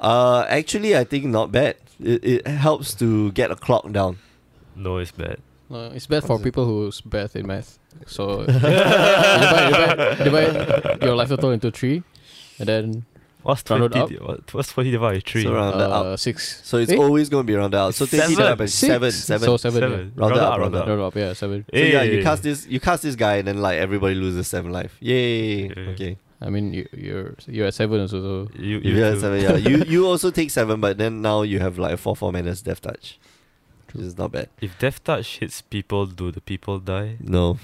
S1: Uh, actually, I think not bad. It, it helps to get a clock down.
S2: No, it's bad.
S3: No, it's bad for people who's bad in math. So divide, divide, divide your life total into three, and then
S2: What's
S3: Rounded
S2: twenty? what- What's twenty divided by three?
S1: So rounded up.
S3: uh, six.
S1: So it's
S3: Eh?
S1: always going to be rounded out. So take it
S2: Seven.
S1: up and seven,
S3: Six.
S1: seven.
S3: So
S1: so
S3: seven.
S2: Seven.
S1: Round
S2: Rounded
S1: up,
S2: up,
S1: rounded
S3: Yeah.
S1: up.
S3: Round up, yeah, seven.
S1: yeah, you
S2: Hey.
S1: cast this, you cast this guy, and then like everybody loses seven life. Yay!
S2: Yeah.
S1: Okay,
S3: I mean, you, you're you're at seven also. So
S2: You, you
S1: yeah,
S2: too.
S1: seven. Yeah, you you also take seven, but then now you have like a four four minus death touch.
S3: True.
S1: Which is not bad.
S2: If Death Touch hits people, do the people die?
S1: No,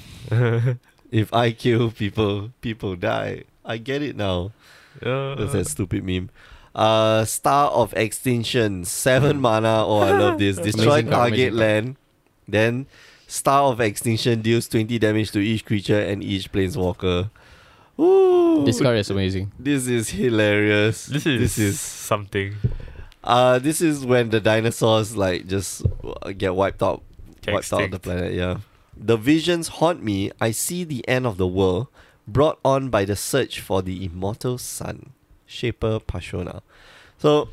S1: if I kill people, people die. I get it now. That's that stupid meme. Uh, Star of Extinction, seven mana. Oh, I love this. Destroy
S3: Amazing card,
S1: target
S3: amazing card.
S1: land. Then, Star of Extinction deals 20 damage to each creature and each planeswalker. Ooh,
S3: this card is amazing.
S1: this is hilarious.
S2: This is something.
S1: uh, this is when the dinosaurs like just uh, get wiped out,
S2: Get
S1: wiped out of the
S2: extinct.
S1: planet. Yeah, the visions haunt me. I see the end of the world, brought on by the search for the immortal sun, Shaper Pashona. So,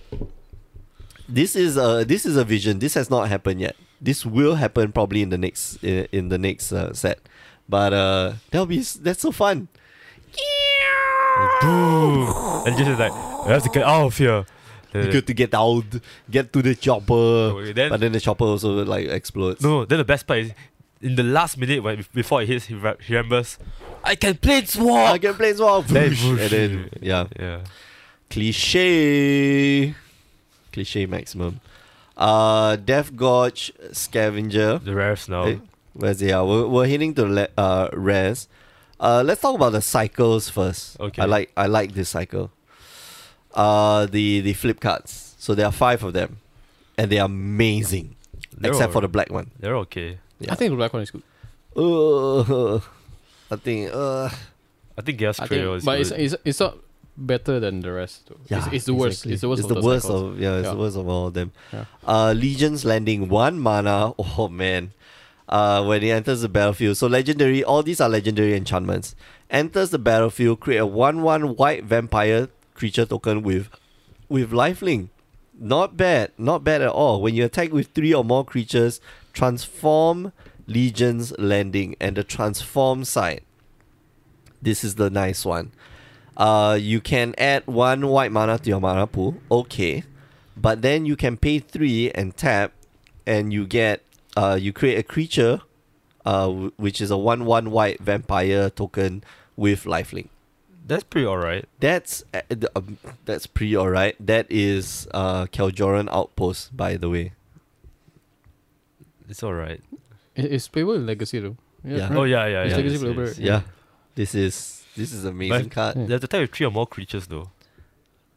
S1: this is a this is a vision. This has not happened yet. This will happen probably in the next in, in the next uh, set, but uh, that'll be s- that's so fun.
S2: Boom! And just is like, we have to get out of here. Then-
S1: Good to get out, get to the chopper.
S2: okay, then,
S1: But then the chopper also like explodes.
S2: no, then the best part is, in the last minute when, before it hits, he, re- he remembers, I can play
S1: I
S2: Sword!
S1: can play as well.
S2: Then
S1: and then yeah,
S2: Yeah.
S1: cliche, cliche maximum. Uh, Death Gorge Scavenger.
S2: The rares now.
S1: Eh, where's it? Yeah, we're, we're heading to le- uh res. Uh, let's talk about the cycles first.
S2: Okay.
S1: I like I like this cycle. Uh, the the flip cards. So there are five of them, and they are amazing,
S2: They're
S1: except for
S2: alright.
S1: the black one.
S2: They're okay.
S1: Yeah.
S3: I think the black one is good.
S1: Ugh. I think. Uh,
S2: I think Gas
S3: I think,
S2: Creo is
S3: but it's,
S2: good.
S3: it's it's not better than the rest. Though.
S1: Yeah,
S3: it's, it's the worst.
S1: exactly.
S3: It's the worst.
S1: It's
S3: of
S1: the
S3: the
S1: worst
S3: cycles.
S1: of yeah. It's
S3: Yeah.
S1: the worst of all of them.
S3: Yeah.
S1: Uh, Legion's landing one mana. Oh man. Uh, when it enters the battlefield, so legendary. All these are legendary enchantments. Enters the battlefield, create a one-one white vampire creature token with, with lifelink. Not bad, not bad at all. When you attack with three or more creatures, transform Legion's landing and the transform side. This is the nice one. Uh, you can add one white mana to your mana pool. Okay, but then you can pay three and tap, and you get uh you create a creature, uh w- which is a one one white vampire token with lifelink.
S2: That's pretty alright.
S1: That's uh, the- um, that's pretty alright. That is uh Keljoran Outpost by the way.
S2: It's alright.
S3: It- It's playable in legacy though.
S1: Yeah.
S2: Oh, yeah, yeah,
S3: It's
S2: yeah.
S3: like a
S2: yes,
S3: silver-
S2: yes.
S1: Yeah, this is this is amazing
S2: But-
S1: card.
S2: They have to attack with three or more creatures, though.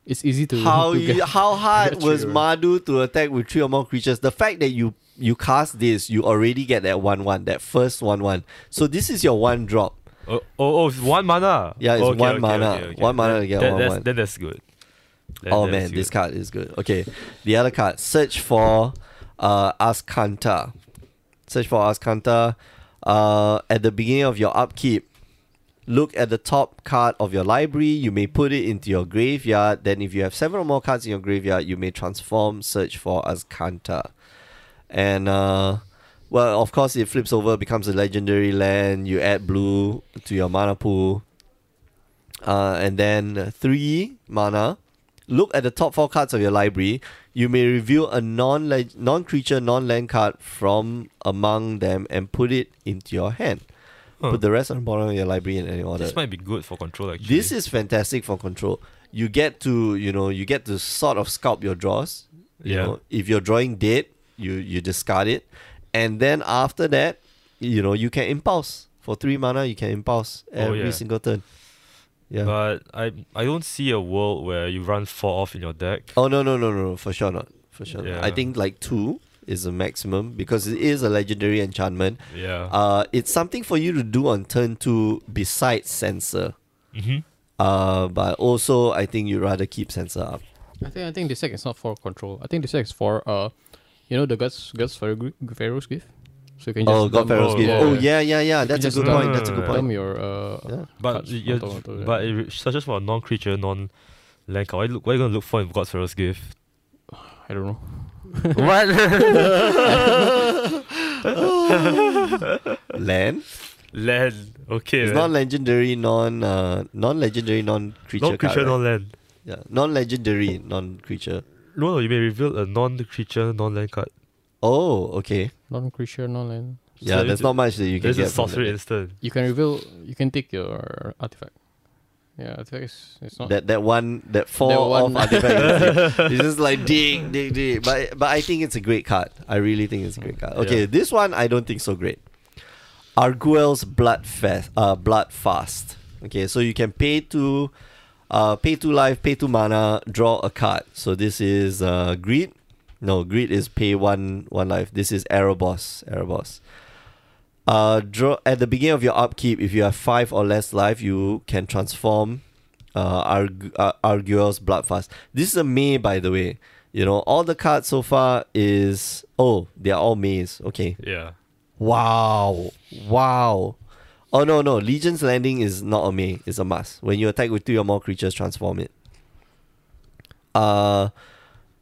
S3: It's easy to
S1: How
S3: to
S1: you,
S3: get.
S1: how hard
S3: get
S1: was
S3: triggered.
S1: Madu to attack with three or more creatures? The fact that you you cast this, you already get that one one, that first one one. So this is your one drop.
S2: Oh, oh, oh it's one mana.
S1: Yeah, it's
S2: okay,
S1: one
S2: okay,
S1: mana.
S2: okay, okay.
S1: One mana
S2: Then-
S1: to get
S2: then
S1: one
S2: that's,
S1: one.
S2: Then that's good. Then
S1: oh
S2: that's
S1: man, this
S2: good.
S1: card is good. Okay, the other card. Search for uh Askanta. Search for Askanta. Uh, at the beginning of your upkeep, look at the top card of your library. You may put it into your graveyard. Then, if you have several more cards in your graveyard, you may transform, search for Azkanta. And, uh, well, of course, it flips over, becomes a legendary land. You add blue to your mana pool. Uh, and then three mana. Look at the top four cards of your library. You may reveal a non non creature, non land card from among them and put it into your hand.
S2: Huh.
S1: Put the rest on the bottom of your library in any order.
S2: This might be good for control actually.
S1: This is fantastic for control. You get to you know you get to sort of scalp your draws. You
S2: Yeah.
S1: know, if you're drawing dead, you you discard it, and then after that, you know you can impulse for three mana. You can impulse
S2: Oh,
S1: every
S2: yeah.
S1: single turn. Yeah.
S2: But I I don't see a world where you run four off in your deck.
S1: oh no no no no for sure not for sure. Not. I
S2: Yeah.
S1: think like two is the maximum because it is a legendary enchantment.
S2: Yeah.
S1: Uh, it's something for you to do on turn two besides sensor.
S2: mm-hmm.
S1: Uh, but also I think you'd rather keep sensor up.
S3: I think I think this deck is not for control. I think this deck is for uh, you know the guts guts Pharaoh's gift. So you can just
S1: oh, God
S3: dump-
S1: Pharaoh's
S2: oh,
S1: gift.
S2: yeah.
S1: Oh, yeah, yeah, yeah.
S3: You
S1: That's a
S3: just
S1: good
S3: dump-
S1: point. That's a good
S2: Yeah.
S3: Dump
S1: point.
S3: your uh,
S1: Yeah.
S2: But
S3: cards
S2: you-
S3: on
S2: you-
S3: top of the-
S2: but it re- searches for a non-creature, non land card. What you look- What are you gonna look for in God's Pharaoh's gift?
S3: I don't know.
S2: what
S1: Land.
S2: land? Okay.
S1: It's
S2: man.
S1: non legendary, non uh, non legendary, non creature.
S2: non-creature, non-land.
S1: Yeah. Non legendary, non creature.
S2: No, no, you may reveal a non-creature, non-land card.
S1: Oh, okay.
S3: Non creature, non land.
S1: Yeah,
S2: So
S1: there's
S2: it's-
S1: not much that you can
S2: There's
S1: get.
S2: a
S1: from
S2: sorcery instant.
S3: You can reveal. You can take your artifact. Yeah, artifact is it's
S1: that.
S3: not.
S1: that that one that four
S3: That one.
S1: off artifact. is- it's just like dig, dig, dig. But but I think it's a great card. I really think it's a great card. Okay,
S2: Yeah.
S1: this one I don't think so great. Arguel's blood fast. Uh, blood fast. Okay, so you can pay to, uh, pay to life, pay to mana, draw a card. So this is uh greed. No, greed is pay one one life. This is Erebos. Erebos. Uh, draw at the beginning of your upkeep. If you have five or less life, you can transform uh, Arg- uh, Arguel's Bloodfast. This is a May, by the way. You know, all the cards so far is oh, they are all Mays. Okay.
S2: Yeah.
S1: Wow, wow. Oh no, no, Legion's Landing is not a May. It's a must. When you attack with three or more creatures, transform it. Uh,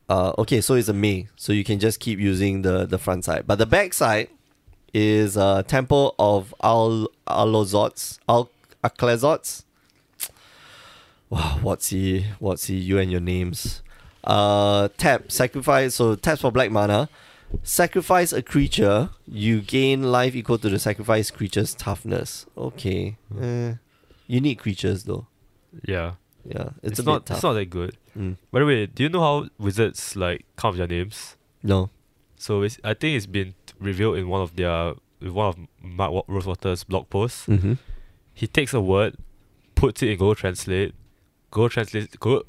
S1: uh. Okay, so it's a May, so you can just keep using the the front side, but the back side is uh Temple of Al Alozots Al Aklezots. Wow, what's he? What's he? You and your names. Uh, tap sacrifice. So taps for black mana. Sacrifice a creature. You gain life equal to the sacrifice creature's toughness. Okay. Eh. You need creatures though.
S2: Yeah.
S1: Yeah, it's,
S2: It's,
S1: a
S2: not.
S1: bit tough.
S2: It's not that good.
S1: Mm.
S2: By the way, do you know how wizards like come with their names?
S1: No.
S2: So it's, I think it's been t- revealed in one of their in one of Mark Wa- Rosewater's blog posts.
S1: Mm-hmm.
S2: He takes a word, puts it in Google Translate, Google Translate, Google,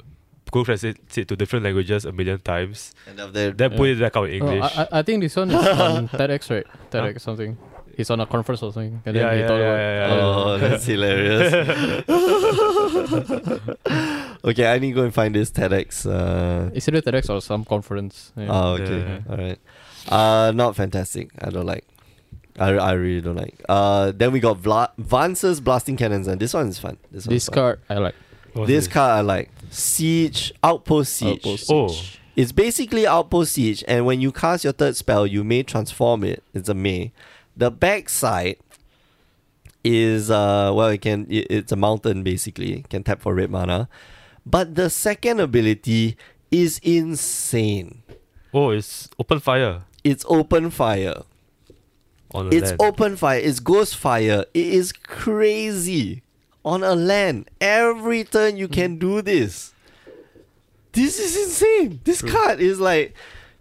S2: Google Translate it to different languages a million times,
S1: And up there.
S2: then put
S3: Yeah.
S2: it back out in
S3: Oh, I-
S2: English.
S3: I, I think this one is on TEDx, right? TEDx something. He's on a conference or something. And
S2: Yeah,
S3: then he
S2: yeah,
S3: thought
S2: yeah,
S3: about- uh,
S2: yeah, yeah, yeah.
S1: Oh, that's hilarious. okay, I need to go and find this TEDx. Uh,
S3: Is it a TEDx or some conference? Yeah.
S1: Oh, okay. All right. Uh, not fantastic. I don't like. I, I really don't like. Uh, then we got Vla- Vance's blasting cannons, and this one is fun. This, one's
S3: this
S1: fun.
S3: card I like.
S2: What's
S1: This card I like. Siege outpost siege.
S3: Outpost.
S2: Oh,
S1: It's basically outpost siege, and when you cast your third spell, you may transform it. It's a may. The backside is uh well, it can it, it's a mountain basically. It can tap for red mana, but the second ability is insane.
S2: oh, it's open fire
S1: It's open fire.
S2: on the
S1: It's
S2: land.
S1: open fire. It's ghost fire. It is crazy. On a land, every turn you can do this. This is insane. This card is like,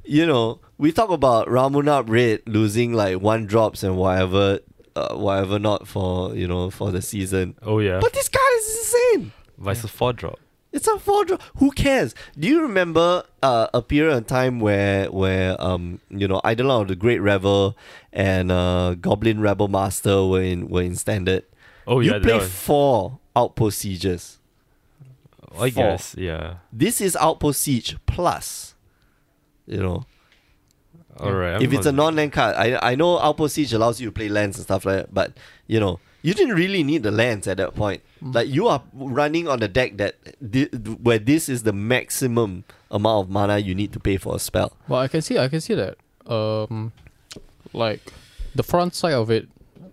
S1: you know, we talk about Ramunap Red losing like one drops and whatever, uh, whatever not for you know for the season.
S2: oh yeah,
S1: But this card is insane.
S2: but it's a four drop.
S1: It's a four drop. Who cares? Do you remember uh, a period of time where where um you know Eidolon of the Great Rebel and uh, Goblin Rebel Master were in were in standard?
S2: Oh
S1: you
S2: yeah, that
S1: play
S2: one.
S1: four outpost sieges.
S2: I
S1: four.
S2: guess yeah.
S1: This is outpost siege plus. You know,
S2: All right. I'm
S1: if it's a
S2: gonna-
S1: non-land card, I I know Outpost Siege allows you to play lands and stuff like that, but you know, you didn't really need the lands at that point. Mm. Like you are running on a deck that thi- where this is the maximum amount of mana you need to pay for a spell.
S3: Well, I can see, I can see that. Um, like the front side of it,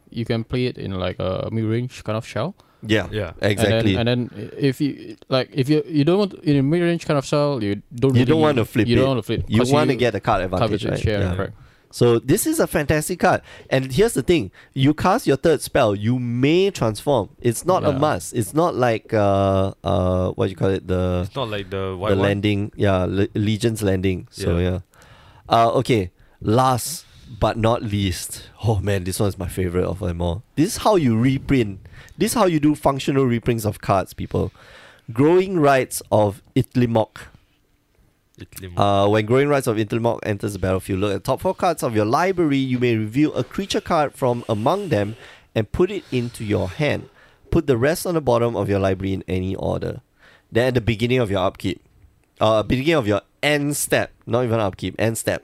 S3: you can play it in like a mid-range kind of shell.
S1: Yeah.
S2: Yeah.
S1: Exactly.
S3: And then, and then if you like, if you you don't want in a mid-range kind of shell, you don't.
S1: You
S3: really,
S1: don't want to flip
S3: You
S1: it.
S3: don't want to flip.
S1: you
S3: 'cause
S1: want to get a card advantage,
S3: coverage.
S1: right?
S3: Yeah,
S1: Yeah.
S3: correct.
S1: So this is a fantastic card. And here's the thing: you cast your third spell, you may transform. It's not a
S3: Yeah.
S1: must. It's not like uh uh what you call it the
S2: It's not like the white
S1: the
S2: one.
S1: landing. Yeah, Le- Legion's landing. So yeah.
S2: Yeah.
S1: Uh okay. Last but not least. Oh man, this one's my favorite of them all. This is how you reprint. This is how you do functional reprints of cards, people. Growing rights of Itlimok.
S2: Italy mo-
S1: Uh, when Growing Rights of Intermog enters the battlefield, look at the top four cards of your library. You may reveal a creature card from among them and put it into your hand. Put the rest on the bottom of your library in any order. Then at the beginning of your upkeep, uh, beginning of your end step, not even upkeep, end step.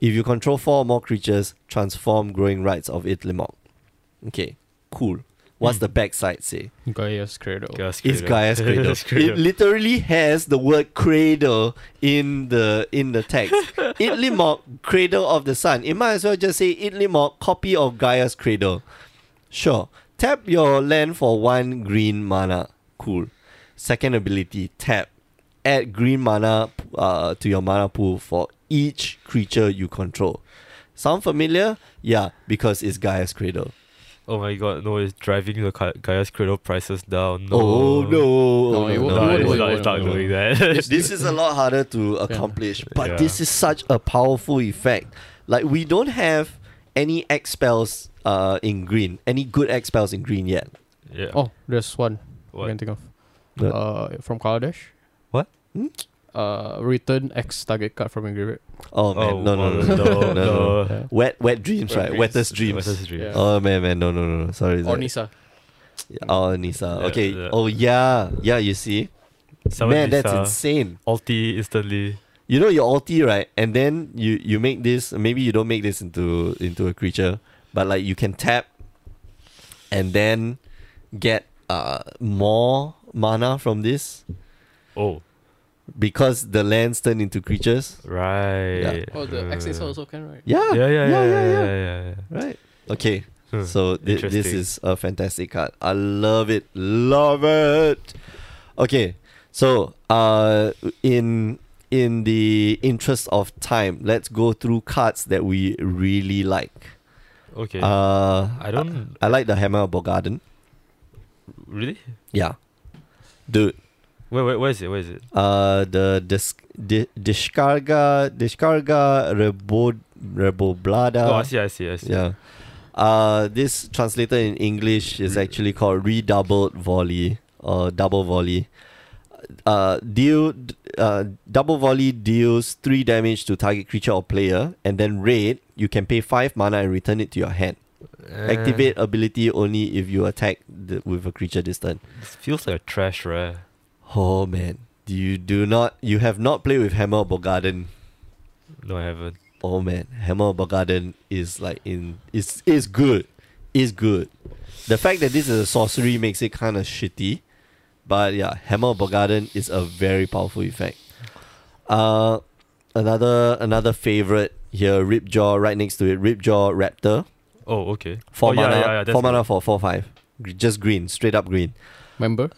S1: If you control four or more creatures, transform Growing Rights of Itlimog. Okay, cool. What's the backside say?
S3: Gaia's Cradle.
S2: Gaia's
S1: It's Gaia's cradle.
S2: Gaia's cradle.
S1: It literally has the word cradle in the in the text. Itlimok, cradle of the sun. It might as well just say Itlimok, copy of Gaia's cradle. Sure. Tap your land for one green mana. Cool. Second ability, tap. Add green mana uh, to your mana pool for each creature you control. Sound familiar? Yeah, because it's Gaia's cradle.
S2: oh my god, no, it's driving the Ga- Gaia's Cradle prices down. No.
S1: Oh no.
S3: No, it won't-
S2: No,
S3: it
S2: it's
S3: won't-
S2: not,
S3: it
S2: it's not
S3: won't-
S2: doing that.
S1: this is a lot harder to accomplish, but
S2: Yeah.
S1: this is such a powerful effect. Like we don't have any X spells uh in green, any good X spells in green yet.
S2: yeah.
S3: Oh, there's one I can
S2: What?
S3: think of.
S1: What?
S3: Uh, from Kaladesh.
S2: What?
S1: Hmm?
S3: Uh, return X target card from your graveyard.
S1: Oh man,
S2: Oh,
S1: no, no, no,
S2: no,
S1: no, no, no.
S2: no.
S3: Yeah.
S1: Wet, wet dreams,
S3: Wet
S1: right?
S3: dreams.
S1: Wettest dreams.
S2: What's this dream?
S3: Yeah.
S1: Oh man, man, no, no, no, no. Sorry,
S3: Or
S1: sorry.
S3: Nisa.
S1: Oh, Nisa.
S2: Yeah,
S1: okay.
S2: yeah.
S1: Oh yeah, yeah. You see,
S2: Summon
S1: man, that's
S2: Lisa,
S1: insane.
S2: Ulti instantly.
S1: You know your ulti, right? And then you you make this. Maybe you don't make this into into a creature, but like you can tap, and then get uh more mana from this
S2: Oh,
S1: because the lands turn into creatures.
S2: right.
S3: Oh, the X
S2: Uh,
S3: also can, right?
S1: Yeah,
S2: Yeah, yeah, yeah, yeah, yeah. yeah, Hmm,
S1: Right. Okay.
S2: Huh,
S1: So thi- this
S2: interesting.
S1: is a fantastic card. I love it. Love it. Okay. So uh in in the interest of time, let's go through cards that we really like.
S2: Okay.
S1: Uh
S2: I don't
S1: I like the Hammer of Bogarden.
S2: really.
S1: Yeah. Dude,
S2: Where, where, where is it? Where is it?
S1: uh the dis- di- Discarga Discarga Rebo Reboblada.
S2: oh, I see, I see, I see.
S1: Uh, Yeah. Uh, this translated in English is actually called redoubled volley or double volley. Uh, deal d- uh, double volley deals three damage to target creature or player, and then raid. You can pay five mana and return it to your hand.
S2: Uh,
S1: Activate ability only if you attack the, with a creature this turn.
S2: This feels like a trash rare.
S1: Oh man, you do not, you have not played with Hammer of Bogarden.
S2: No, I haven't.
S1: Oh man, Hammer of Bogarden is like in it's it's good. It's good. The fact that this is a sorcery makes it kinda shitty. But yeah, Hammer of Bogarden is a very powerful effect. Uh another another favorite here, Ripjaw, right next to it, Ripjaw Raptor.
S2: Oh, okay.
S1: Four
S2: oh, yeah,
S1: mana
S2: yeah, yeah, that's
S1: four
S2: the-
S1: mana for four five. Gr- Just green, straight up green.
S3: Member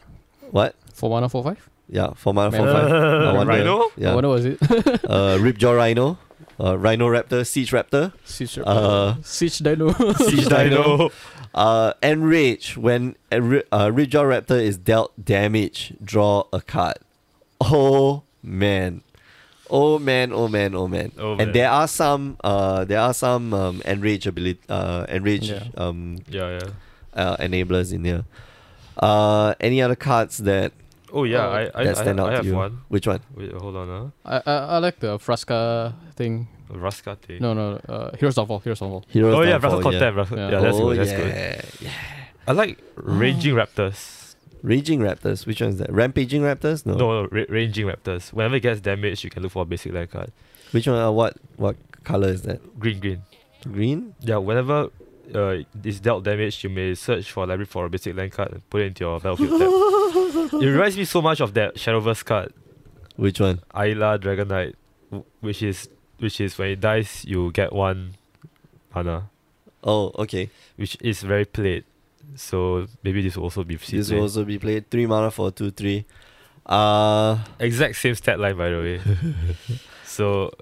S1: What?
S3: for mana four five.
S1: Yeah, four mana four
S3: Man.
S1: five. I wonder-
S2: Rhino?
S3: I
S1: Yeah.
S3: wonder Oh, was it?
S1: Uh Ripjaw Rhino. Uh, Rhino Raptor, Siege Raptor.
S3: Siege,
S1: Uh,
S3: Siege Dino.
S1: Siege Dino. Uh, enrage when a Ri- uh, Ridgejaw Raptor is dealt damage, draw a card. Oh man, oh man, oh man, oh man.
S2: Oh,
S1: and
S2: man.
S1: there are some, uh, there are some um, enrage ability, uh, enrage
S3: Yeah.
S1: um,
S2: Yeah, yeah.
S1: uh, enablers in here. Uh, any other cards that
S2: Oh, yeah,
S3: Oh,
S2: I, I,
S1: that
S2: I,
S1: stand
S2: I
S1: out
S2: have
S1: to you?
S2: one.
S1: Which one?
S2: Wait, hold on.
S3: I, I I like the Frasca thing.
S2: Uh. Rascate.
S3: No, no, uh, Heroes Downfall. Heroes Downfall.
S1: Heroes
S2: Oh, yeah,
S1: Downfall,
S2: Rascal Contempt. Rascal-
S3: Yeah.
S2: Yeah, that's
S1: oh
S2: good. That's good.
S1: yeah.
S2: I like Raging Raptors.
S1: Raging Raptors. Which one is that? Rampaging Raptors? No.
S2: No, no ra- Raging Raptors. Whenever it gets damaged, you can look for a basic land card.
S1: Which one? Uh, what? What color is that?
S2: Green, green.
S1: Green?
S2: Yeah, whenever uh, is dealt damage, you may search for a library for a basic land card and put it into your battlefield tab. It reminds me so much of that Shadowverse card,
S1: Which one?
S2: Ayla Dragon Knight, w- which is which is when it dies, you get one mana,
S1: Oh, okay.
S2: which is very played. So maybe this will also be
S1: This
S2: played.
S1: will also be played. Three mana for two, three. Uh
S2: Exact same stat line, by the way. so,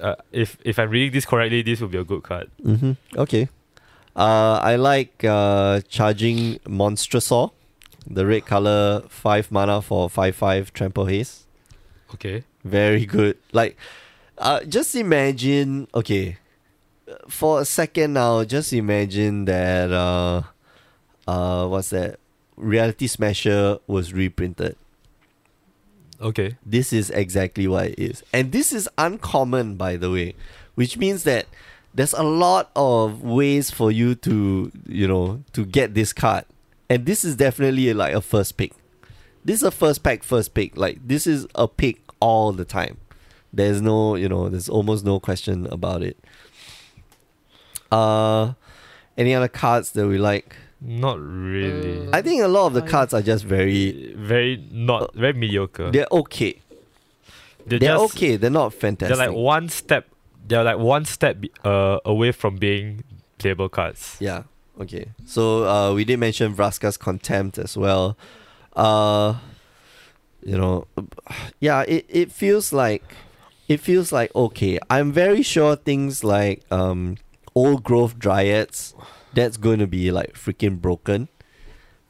S2: uh, if if I'm reading this correctly, this will be a good card.
S1: mhm, okay. Uh I like uh charging Monstrosaur. The red color five mana for five five trample haste.
S2: Okay.
S1: Very good. Like, uh, just imagine. Okay, uh, for a second now, just imagine that. Uh, uh, what's that? Reality Smasher was reprinted.
S2: Okay.
S1: This is exactly what it is, and this is uncommon, by the way, which means that there's a lot of ways for you to you know to get this card, and this is definitely like a first pick. This is a first pack, first pick. Like this is a pick all the time there's no you know there's almost no question about it uh any other cards that we like
S2: Not really.
S3: Uh,
S1: i think a lot of the
S3: I-
S1: cards are just very
S2: very not very mediocre.
S1: they're okay
S2: They're,
S1: they're,
S2: just-
S1: okay they're not
S2: They're
S1: fantastic
S2: like one step. They're like one step be- uh, away from being playable cards.
S1: yeah okay so uh we did mention vraska's contempt as well uh you know yeah it, it feels like it feels like okay i'm very sure things like um old growth dryads that's going to be like freaking broken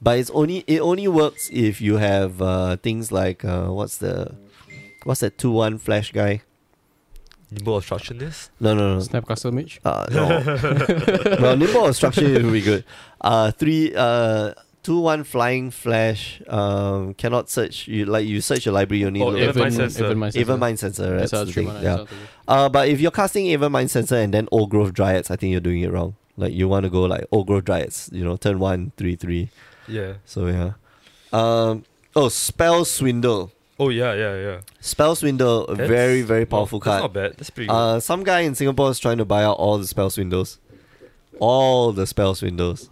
S1: but it's only it only works if you have uh things like uh what's the what's that 2-1 flash guy
S2: Nimble obstructionist.
S1: no no no
S3: Snapcaster Mage.
S1: uh, no. well, nimble obstruction will be good. Uh, three, uh, two, one flying flash. Um, cannot search. You like you search your library. You only
S2: Oh,
S1: look
S2: Even
S1: at
S2: Mind
S1: the-
S2: Sensor.
S3: Mind
S1: even mind sensor. That's,
S3: That's how
S1: the
S3: three
S1: thing.
S3: mana.
S1: Yeah. Uh, but if you're casting even mind sensor and then old growth dryads, I think you're doing it wrong. Like you want to go like old growth dryads. You know, turn one, three, three.
S2: Yeah.
S1: So yeah. Um. Oh, spell swindle.
S2: Oh yeah, yeah, yeah.
S1: Spell swindle. a
S2: That's-
S1: very very
S2: well,
S1: powerful
S2: that's
S1: card.
S2: Not bad. That's pretty good.
S1: Uh, some guy in Singapore is trying to buy out all the spells windows. All the spells windows.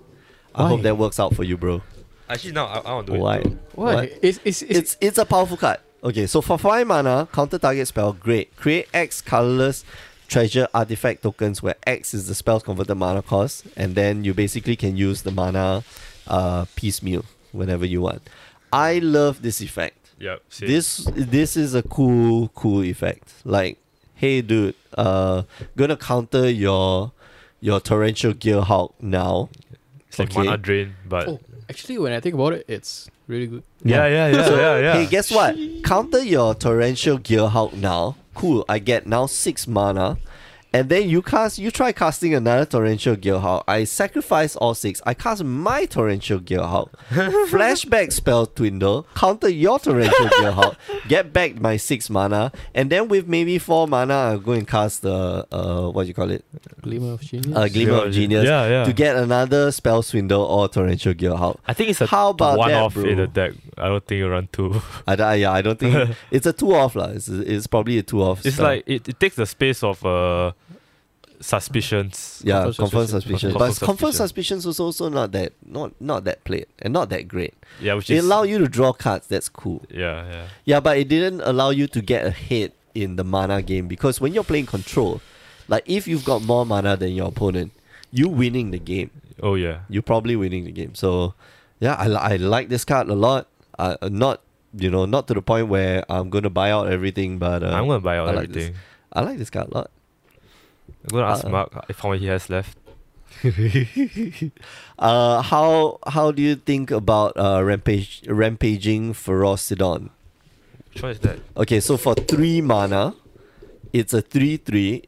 S1: I
S3: Why?
S1: hope that works out for you, bro.
S2: Actually, no, I, I want to do
S1: Why?
S2: it. too.
S3: Why?
S1: What?
S3: It's, it's, it's,
S1: It's it's a powerful card. Okay, so for five mana, counter target spell, great. Create X colorless treasure artifact tokens where X is the spell's converted mana cost, and then you basically can use the mana uh, piecemeal whenever you want. I love this effect.
S2: Yep. same.
S1: This this is a cool cool effect. Like, hey dude, uh, gonna counter your your torrential gear hulk now.
S2: it's like
S1: okay.
S2: mana drain, but
S3: oh, actually, when I think about it, it's really good.
S2: yeah, yeah, yeah,
S1: So,
S2: yeah, yeah.
S1: Hey, guess what? Counter your torrential gear hulk now. Cool. I get now six mana. And then you cast you try casting another torrential gear hulk. I sacrifice all six. I cast my torrential gear hulk. Flashback spell twindle. Counter your torrential gear hulk. Get back my six mana. And then with maybe four mana, I'll go and cast the uh what do you call it?
S3: Glimmer of Genius.
S1: Uh, Glimmer of Genius.
S2: Yeah, yeah.
S1: To get another spell swindle or torrential gear hulk.
S2: I think it's a
S1: How about that,
S2: one-off
S1: bro?
S2: in the deck. I don't think you run two.
S1: I, don't- yeah, I don't think it's a two off lah. It's, it's probably a two off.
S2: It's like it, it takes the space of uh suspicions.
S1: yeah,
S3: confirmed
S1: confirmed
S3: suspicion.
S1: suspicion.
S2: Confirmed
S1: But confirmed
S2: suspicion.
S1: suspicions was also not that not not that played and not that great.
S2: Yeah, which
S1: It
S2: is
S1: allowed you to draw cards. That's cool.
S2: yeah, yeah.
S1: Yeah, but it didn't allow you to get ahead in the mana game because when you're playing control, like if you've got more mana than your opponent, you winning the game.
S2: Oh yeah.
S1: You're probably winning the game. So, yeah, I, li- I like this card a lot. Uh, not you know not to the point where I'm gonna buy out everything, but uh,
S2: I'm gonna buy out
S1: I like this.
S2: everything.
S1: I like this card a lot.
S2: I'm gonna ask
S1: Uh,
S2: Mark if how much he has left.
S1: Uh, how how do you think about uh, rampage rampaging Ferocidon?
S2: Which one is that?
S1: Okay, so for three mana, it's a three three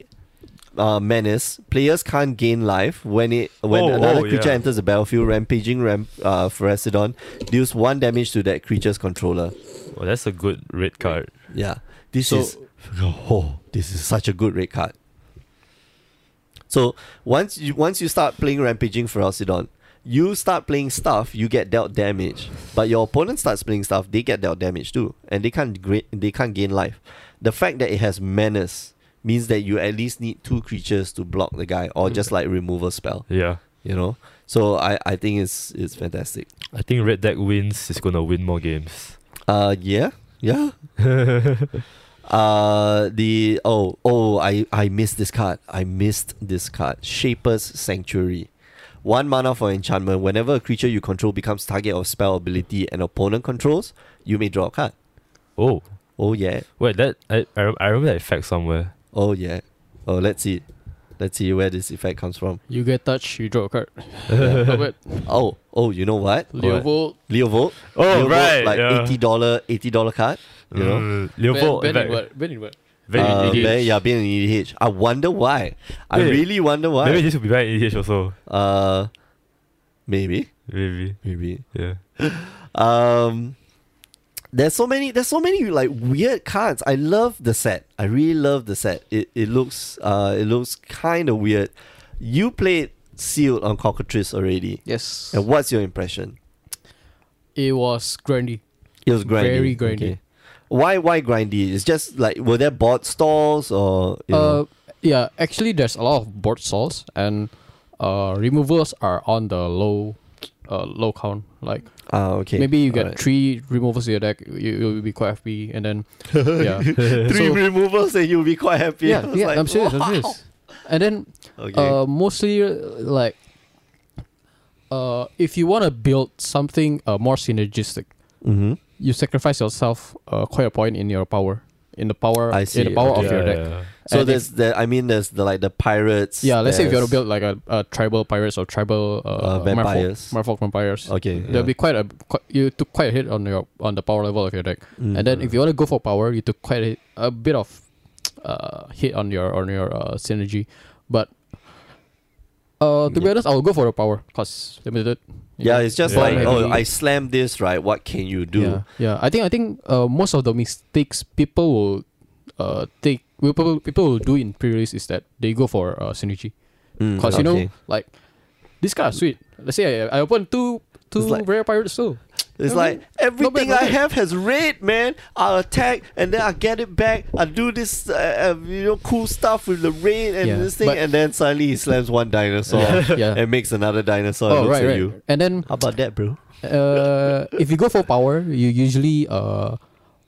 S1: uh, menace. Players can't gain life when it when
S2: Oh,
S1: another
S2: oh,
S1: creature
S2: yeah.
S1: enters the battlefield. Rampaging ramp uh, Ferocidon deals one damage to that creature's controller.
S2: Oh, that's a good red card.
S1: Yeah, this
S3: So-
S1: is oh, this is such a good red card. So once you once you start playing rampaging Ferocidon, you start playing stuff, you get dealt damage. But your opponent starts playing stuff, they get dealt damage too, and they can't gra- they can't gain life. The fact that it has menace means that you at least need two creatures to block the guy or just like remove a spell,
S2: Yeah.
S1: you know? So I, I think it's it's fantastic.
S2: I think Red Deck wins is gonna win more games.
S1: Uh yeah. Yeah. uh the oh oh I I missed this card. I missed this card. Shaper's Sanctuary. One mana for enchantment. Whenever a creature you control becomes target of spell ability an opponent controls, you may draw a card.
S2: Oh.
S1: Oh yeah.
S2: Wait, that I I, rem- I remember that effect somewhere.
S1: Oh yeah. Oh let's see. Let's see where this effect comes from.
S3: You get touched, you draw a card. Not bad.
S1: Oh, oh, you know what?
S3: Leo Volt,
S1: Leo Volt.
S2: Oh,
S1: Leo Volt,
S2: right,
S1: like
S2: yeah.
S1: eighty dollar, eighty dollar card. You know,
S2: Mm,
S3: Ben,
S2: Leopold,
S3: ben
S2: back-
S3: in what? Ben in what?
S2: back in
S1: Uh,
S2: EDH.
S1: Ben- yeah, Ben in EDH. I wonder why. I
S2: Wait.
S1: really wonder why.
S2: Maybe this will be back in EDH also.
S1: Uh, maybe,
S2: Maybe.
S1: maybe.
S2: Yeah.
S1: Um, there's so many. There's so many like weird cards. I love the set. I really love the set. It it looks uh it looks kind of weird. You played sealed on cockatrice already.
S3: Yes.
S1: And what's your impression?
S3: It was Grandy.
S1: It was grindy.
S3: Very grindy.
S1: Okay. Why why grindy? It's just like were there board stalls or you
S3: Uh,
S1: know?
S3: yeah. Actually, there's a lot of board stalls and uh, removals are on the low, uh, low count. Like
S1: Ah, okay.
S3: maybe you get
S1: Alright.
S3: three removals to your deck, you you'll be quite happy, and then yeah,
S1: three
S3: so-
S1: removals and you'll be quite happy. I
S3: yeah,
S1: was
S3: yeah.
S1: like,
S3: I'm serious. I'm serious. And then
S1: Okay.
S3: uh, mostly uh, like uh, if you want to build something uh, more synergistic,
S1: mm-hmm.
S3: you sacrifice yourself uh, quite a point in your power, in the power,
S1: I
S3: in
S1: see,
S3: the power
S1: okay.
S3: of your
S2: Yeah,
S3: deck.
S2: yeah.
S1: So
S3: And if-
S1: there's the I mean there's the like the pirates.
S3: Yeah, let's say if you want
S1: there's-
S3: to build like a, a tribal pirates or tribal uh,
S1: Uh, vampires.
S3: merfolk, merfolk vampires.
S1: Okay.
S3: There'll be quite a quite, you took quite a hit on your on the power level of your deck, and
S1: Mm.
S3: then
S1: Mm-hmm.
S3: if you want to go for power, you took quite a, hit- a bit of uh, hit on your on your uh, synergy, but uh, to be
S1: Yeah.
S3: honest, I'll go for the power cause limited. you
S1: Yeah,
S3: know,
S1: it's just
S2: Yeah.
S1: like oh I
S3: heavy.
S1: slammed this right. What can you do?
S3: Yeah, yeah. I think I think uh, most of the mistakes people will uh take will people people will do in pre-release is that they go for uh, synergy.
S1: Mm,
S3: Cause you know,
S1: okay.
S3: like this card sweet. Let's say I, I open two two
S1: It's like-
S3: rare pirates too.
S1: it's
S3: I
S1: like
S3: mean,
S1: everything I
S3: not bad.
S1: have has red, man. I attack and then I get it back. I do this, uh, uh, you know, cool stuff with the raid and
S3: Yeah,
S1: this thing,
S3: but-
S1: and then suddenly he slams one dinosaur
S3: yeah.
S1: and makes another dinosaur. and
S3: oh
S1: looks
S3: right,
S1: at
S3: right.
S1: you.
S3: And then
S1: How about that, bro?
S3: uh, if you go for power, you usually uh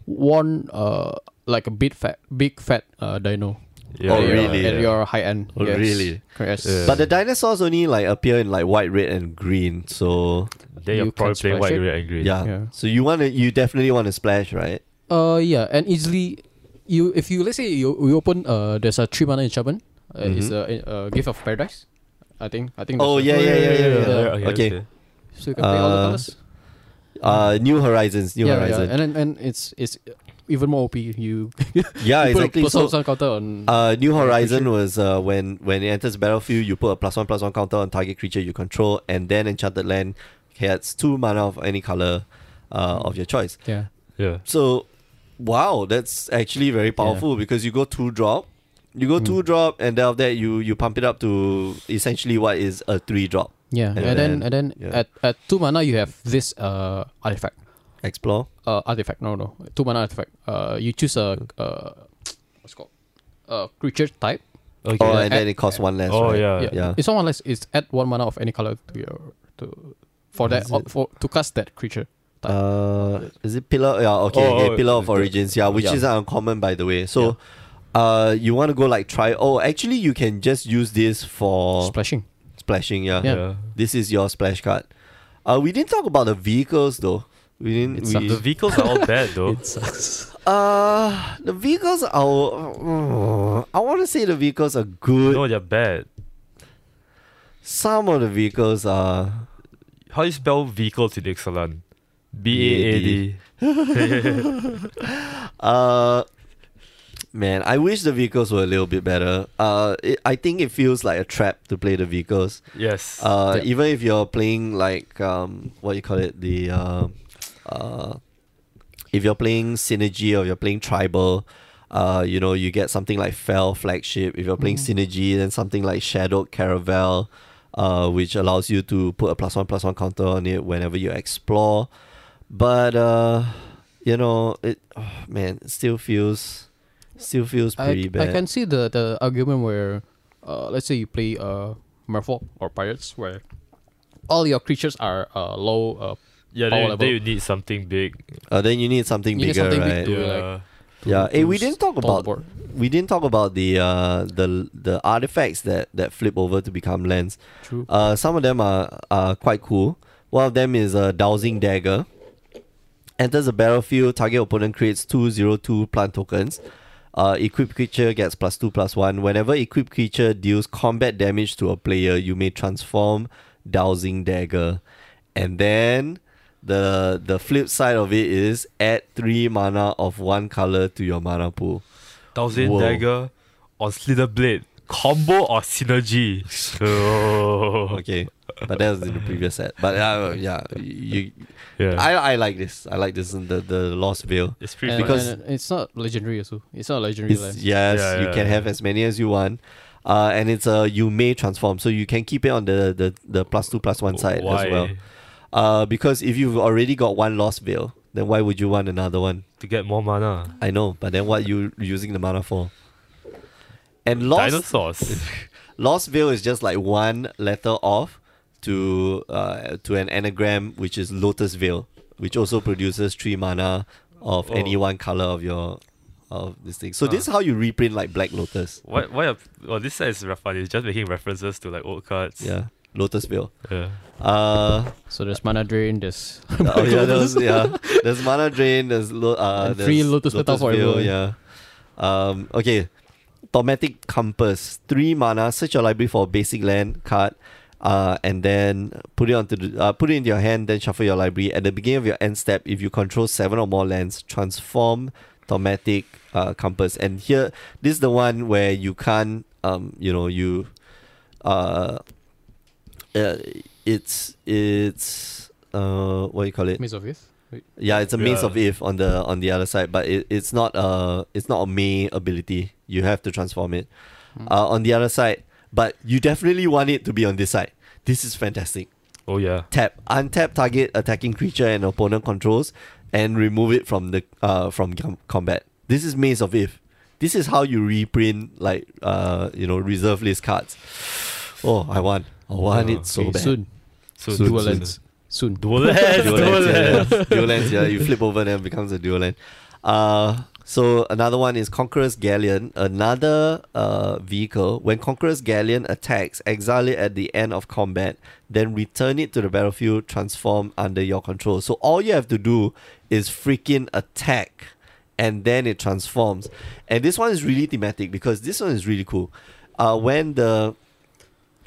S3: one uh like a big fat big fat uh dino.
S2: Yeah,
S1: Oh,
S3: at
S2: yeah,
S3: your-
S1: really?
S3: At
S2: yeah.
S3: your high end.
S1: Oh,
S3: yes.
S1: really?
S3: Yes.
S2: Yeah.
S1: But the dinosaurs only like appear in like white, red, and green. So
S2: Then you're
S3: you
S2: probably playing
S3: can splash
S2: white,
S3: it.
S2: red, and green.
S1: yeah.
S3: Yeah.
S1: So you want to, you definitely want to splash, right?
S3: Uh yeah, and easily you if you let's say you, you open uh there's a three mana enchantment. Uh, It's a, a, gift of paradise. I think I
S1: Mm-hmm.
S3: think. that's
S1: Oh
S3: the-
S1: yeah, yeah, yeah, yeah. yeah,
S3: Yeah.
S2: Okay.
S1: Okay.
S2: okay.
S3: So you can play all the
S1: Uh,
S3: colors.
S1: Uh, New Horizons, New
S3: yeah,
S1: Horizons.
S3: yeah, and then- and it's it's even more OP. You
S1: Yeah,
S3: put
S1: Ah, exactly.
S3: put some-
S1: So,
S3: some counter on.
S1: uh, New
S3: Yeah,
S1: Horizon
S3: creature.
S1: was uh, when when it enters battlefield, you put a plus one plus one counter on target creature you control, and then Enchanted Land gets two mana of any color uh, of your choice.
S3: yeah,
S2: Yeah.
S1: So, wow, that's actually very powerful because you go two drop, you go
S3: Mm.
S1: two drop, and then after that you you pump it up to essentially what is a three drop.
S3: yeah,
S1: and
S3: and, then,
S1: then-
S3: and then
S1: yeah.
S3: at, at two mana you have this uh artifact.
S1: Explore.
S3: Uh, artifact. No, no, two mana artifact. Uh, you choose a uh, what's it called uh creature type.
S2: Okay.
S1: Oh,
S3: Yeah,
S1: and then
S3: at-
S1: it costs one less.
S2: oh
S1: right?
S2: yeah.
S3: yeah.
S1: Uh, yeah.
S3: it's not one less. It's add one mana of any color to your to for that
S1: Is
S3: or
S1: it?
S3: for to cast that creature.
S1: Uh, is it pillar? Yeah, okay,
S2: Oh,
S1: okay
S2: oh,
S1: pillar of
S2: the-
S1: origins. Yeah, which
S2: yeah.
S1: is uncommon by the way. So, uh, you want to go like try? Oh, actually, you can just use this for
S3: Splashing.
S1: splashing. Yeah.
S3: Yeah.
S1: this is your splash card. Uh, we didn't talk about the vehicles though. We didn't.
S3: It
S1: We,
S3: sucks.
S2: The vehicles are all bad though.
S3: sucks.
S1: uh, the vehicles are. I want to say the vehicles are good.
S2: no, they're bad.
S1: Some of the vehicles are.
S2: How do you spell vehicles in Ixalan? B A A D.
S1: Uh, man, I wish the vehicles were a little bit better. Uh, it, I think it feels like a trap to play the vehicles.
S2: Yes.
S1: Uh,
S3: Yeah.
S1: even if you're playing like um, what you call it, the um, uh, if you're playing synergy or you're playing tribal, uh, you know you get something like fell flagship. If you're playing
S3: Mm.
S1: synergy, then something like shadowed caravel, uh, which allows you to put a plus one plus one counter on it whenever you explore. But uh, you know it, oh, man, it still feels Still feels pretty
S3: I,
S1: bad.
S3: I can see the, the argument where, uh, let's say you play uh, Merfolk or Pirates, where all your creatures are uh, low. Uh,
S2: Yeah,
S3: Power
S2: then,
S3: level.
S2: then you need something big.
S1: Uh, then you need something
S3: You need
S1: bigger,
S3: something big
S1: right?
S3: to- Yeah,
S2: Yeah.
S1: yeah.
S3: to-
S1: Hey,
S3: to
S1: we didn't talk
S3: stall the
S1: about
S3: board.
S1: we didn't talk about the uh the the artifacts that that flip over to become lands.
S3: True.
S1: Uh, some of them are are quite cool. One of them is a dowsing dagger. Enters the battlefield, target opponent creates two zero two plant tokens. Uh, equipped creature gets plus two plus one. Whenever equipped creature deals combat damage to a player, you may transform dowsing dagger. And then the the flip side of it is add three mana of one color to your mana pool.
S2: Thousand
S1: Whoa.
S2: dagger on Slither Blade. Combo or synergy? So
S1: Okay, but that was in the previous set. But uh, yeah, you
S2: yeah.
S1: I, I like this. I like this in the, the Lost Veil.
S2: it's pretty
S3: And,
S2: fun.
S1: because-
S3: and it's not legendary also. It's not legendary.
S1: It's-
S3: land.
S1: yes,
S2: Yeah,
S1: you
S2: yeah,
S1: can
S2: yeah.
S1: have as many as you want. Uh, and it's a you may transform, so you can keep it on the, the, the plus two plus one side
S2: Why?
S1: as well. Uh, because if you've already got one Lost Veil, then why would you want another one?
S2: To get more mana.
S1: I know, but then what you using the mana for? And Lost
S2: Dinosaurs.
S1: Lost Veil is just like one letter off to uh, to an anagram, which is Lotus Veil, which also produces three mana of
S2: Oh.
S1: any one color of your of this thing. So this is how you reprint like Black Lotus.
S2: why? Why? Are, well, this side is re- funny. It's just making references to like old cards.
S1: Yeah, Lotus Veil.
S2: Yeah.
S1: Uh,
S3: So there's mana drain. There's
S1: oh yeah, there's yeah, there's mana drain. There's lo- uh,
S3: And three
S1: there's
S3: Lotus Petal for
S1: Veil,
S3: everyone.
S1: Yeah. Um. Okay. Tormentic Compass, three mana. Search your library for a basic land card, uh, and then put it onto the, uh, put it into your hand. Then shuffle your library. At the beginning of your end step, if you control seven or more lands, transform Tormentic uh, Compass. And here, this is the one where you can't. Um. You know you. Uh. uh it's it's uh what do you call it?
S3: Maze of Youth. Wait.
S1: Yeah, it's a maze
S2: Yeah.
S1: of if on the on the other side, but it, it's not a it's not a may ability. You have to transform it uh, on the other side, but you definitely want it to be on this side. This is fantastic.
S2: Oh yeah.
S1: Tap untap target attacking creature and opponent controls, and remove it from the uh from com- combat. This is maze of if. This is how you reprint like uh you know reserve list cards. Oh, I want I want
S2: Yeah,
S1: it so
S3: Uh, Okay,
S1: bad.
S3: soon.
S2: So
S1: Soon,
S3: Dual
S1: soon.
S3: lands. Soon.
S2: Dual lands.
S1: dual
S2: Dual
S1: lens, yeah,
S2: lands.
S1: yeah. dual lens, yeah. You flip over, then it becomes a dual lens. Uh, so another one is Conqueror's Galleon, another uh, vehicle. When Conqueror's Galleon attacks, exile it at the end of combat, then return it to the battlefield, transform under your control. So all you have to do is freaking attack, and then it transforms. And this one is really thematic because this one is really cool. Uh, when the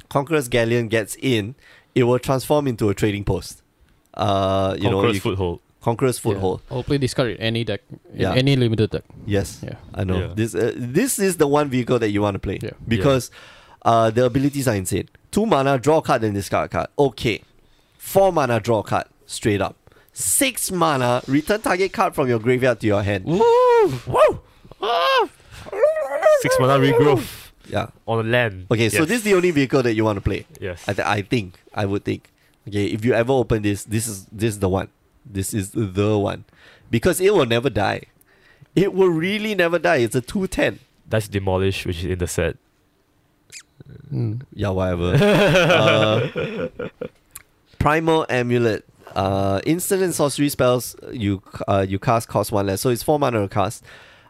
S1: Conqueror's Galleon gets in, it will transform into a trading post. Uh, you know,
S2: Conqueror's
S1: you-
S2: foothold.
S1: Conqueror's Foothold.
S3: Yeah. I'll play this card in any deck. In
S1: Yeah.
S3: any limited deck.
S1: Yes,
S3: Yeah.
S1: I know.
S2: Yeah.
S1: This uh, this is the one vehicle that you want to play
S3: Yeah.
S1: because Uh, the abilities are insane. Two mana, draw a card, then discard a card. Okay. Four mana, draw a card, straight up. Six mana, return target card from your graveyard to your hand.
S2: Woo! Woo! Six mana regrowth
S1: Yeah.
S2: on land.
S1: Okay, so
S2: Yes.
S1: this is the only vehicle that you want to play.
S2: Yes.
S1: I, th- I think I would think. Okay, if you ever open this, this is this is the one. This is the one, because it will never die. It will really never die. It's a two ten.
S2: That's demolish, which is in the set.
S3: Mm.
S1: Yeah, whatever. uh, Primal Amulet. Uh, instant and sorcery spells you uh, you cast cost one less, so it's four mana to cast.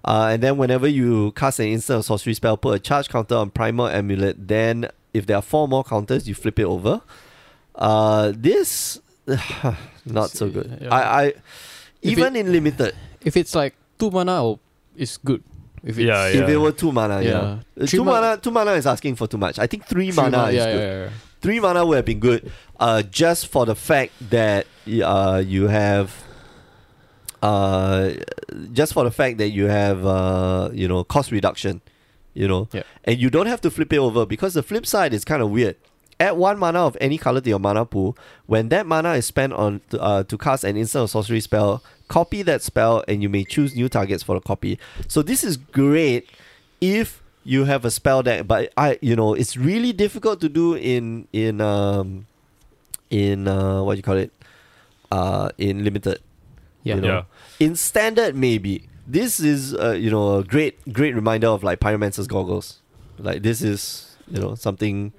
S1: Uh, and then whenever you cast an instant or sorcery spell, put a charge counter on Primal Amulet. Then if there are four more counters, you flip it over. Uh, this not so good.
S3: Yeah.
S1: I, I even in limited,
S3: If it's like two mana, I'll, it's good. If it's
S2: Yeah, yeah.
S1: if it were two mana, yeah,
S3: Yeah.
S1: Uh,
S3: Three
S1: two
S3: mana-
S1: mana, two mana is asking for too much. I think three,
S3: three
S1: mana, is
S3: yeah,
S1: good.
S3: yeah, yeah, yeah.
S1: three mana would have been good, uh, just for the fact that uh, you have, uh, just for the fact that you have, uh, you know, cost reduction, you know,
S3: Yep.
S1: and you don't have to flip it over because the flip side is kind of weird. Add one mana of any color to your mana pool. When that mana is spent on to, uh, to cast an instant or sorcery spell, copy that spell, and you may choose new targets for the copy. So this is great if you have a spell deck, but I you know it's really difficult to do in in um in uh what do you call it uh in limited
S3: Yeah.
S1: you know.
S2: Yeah.
S1: in standard maybe this is uh, you know a great great reminder of like pyromancer's goggles like this is you know something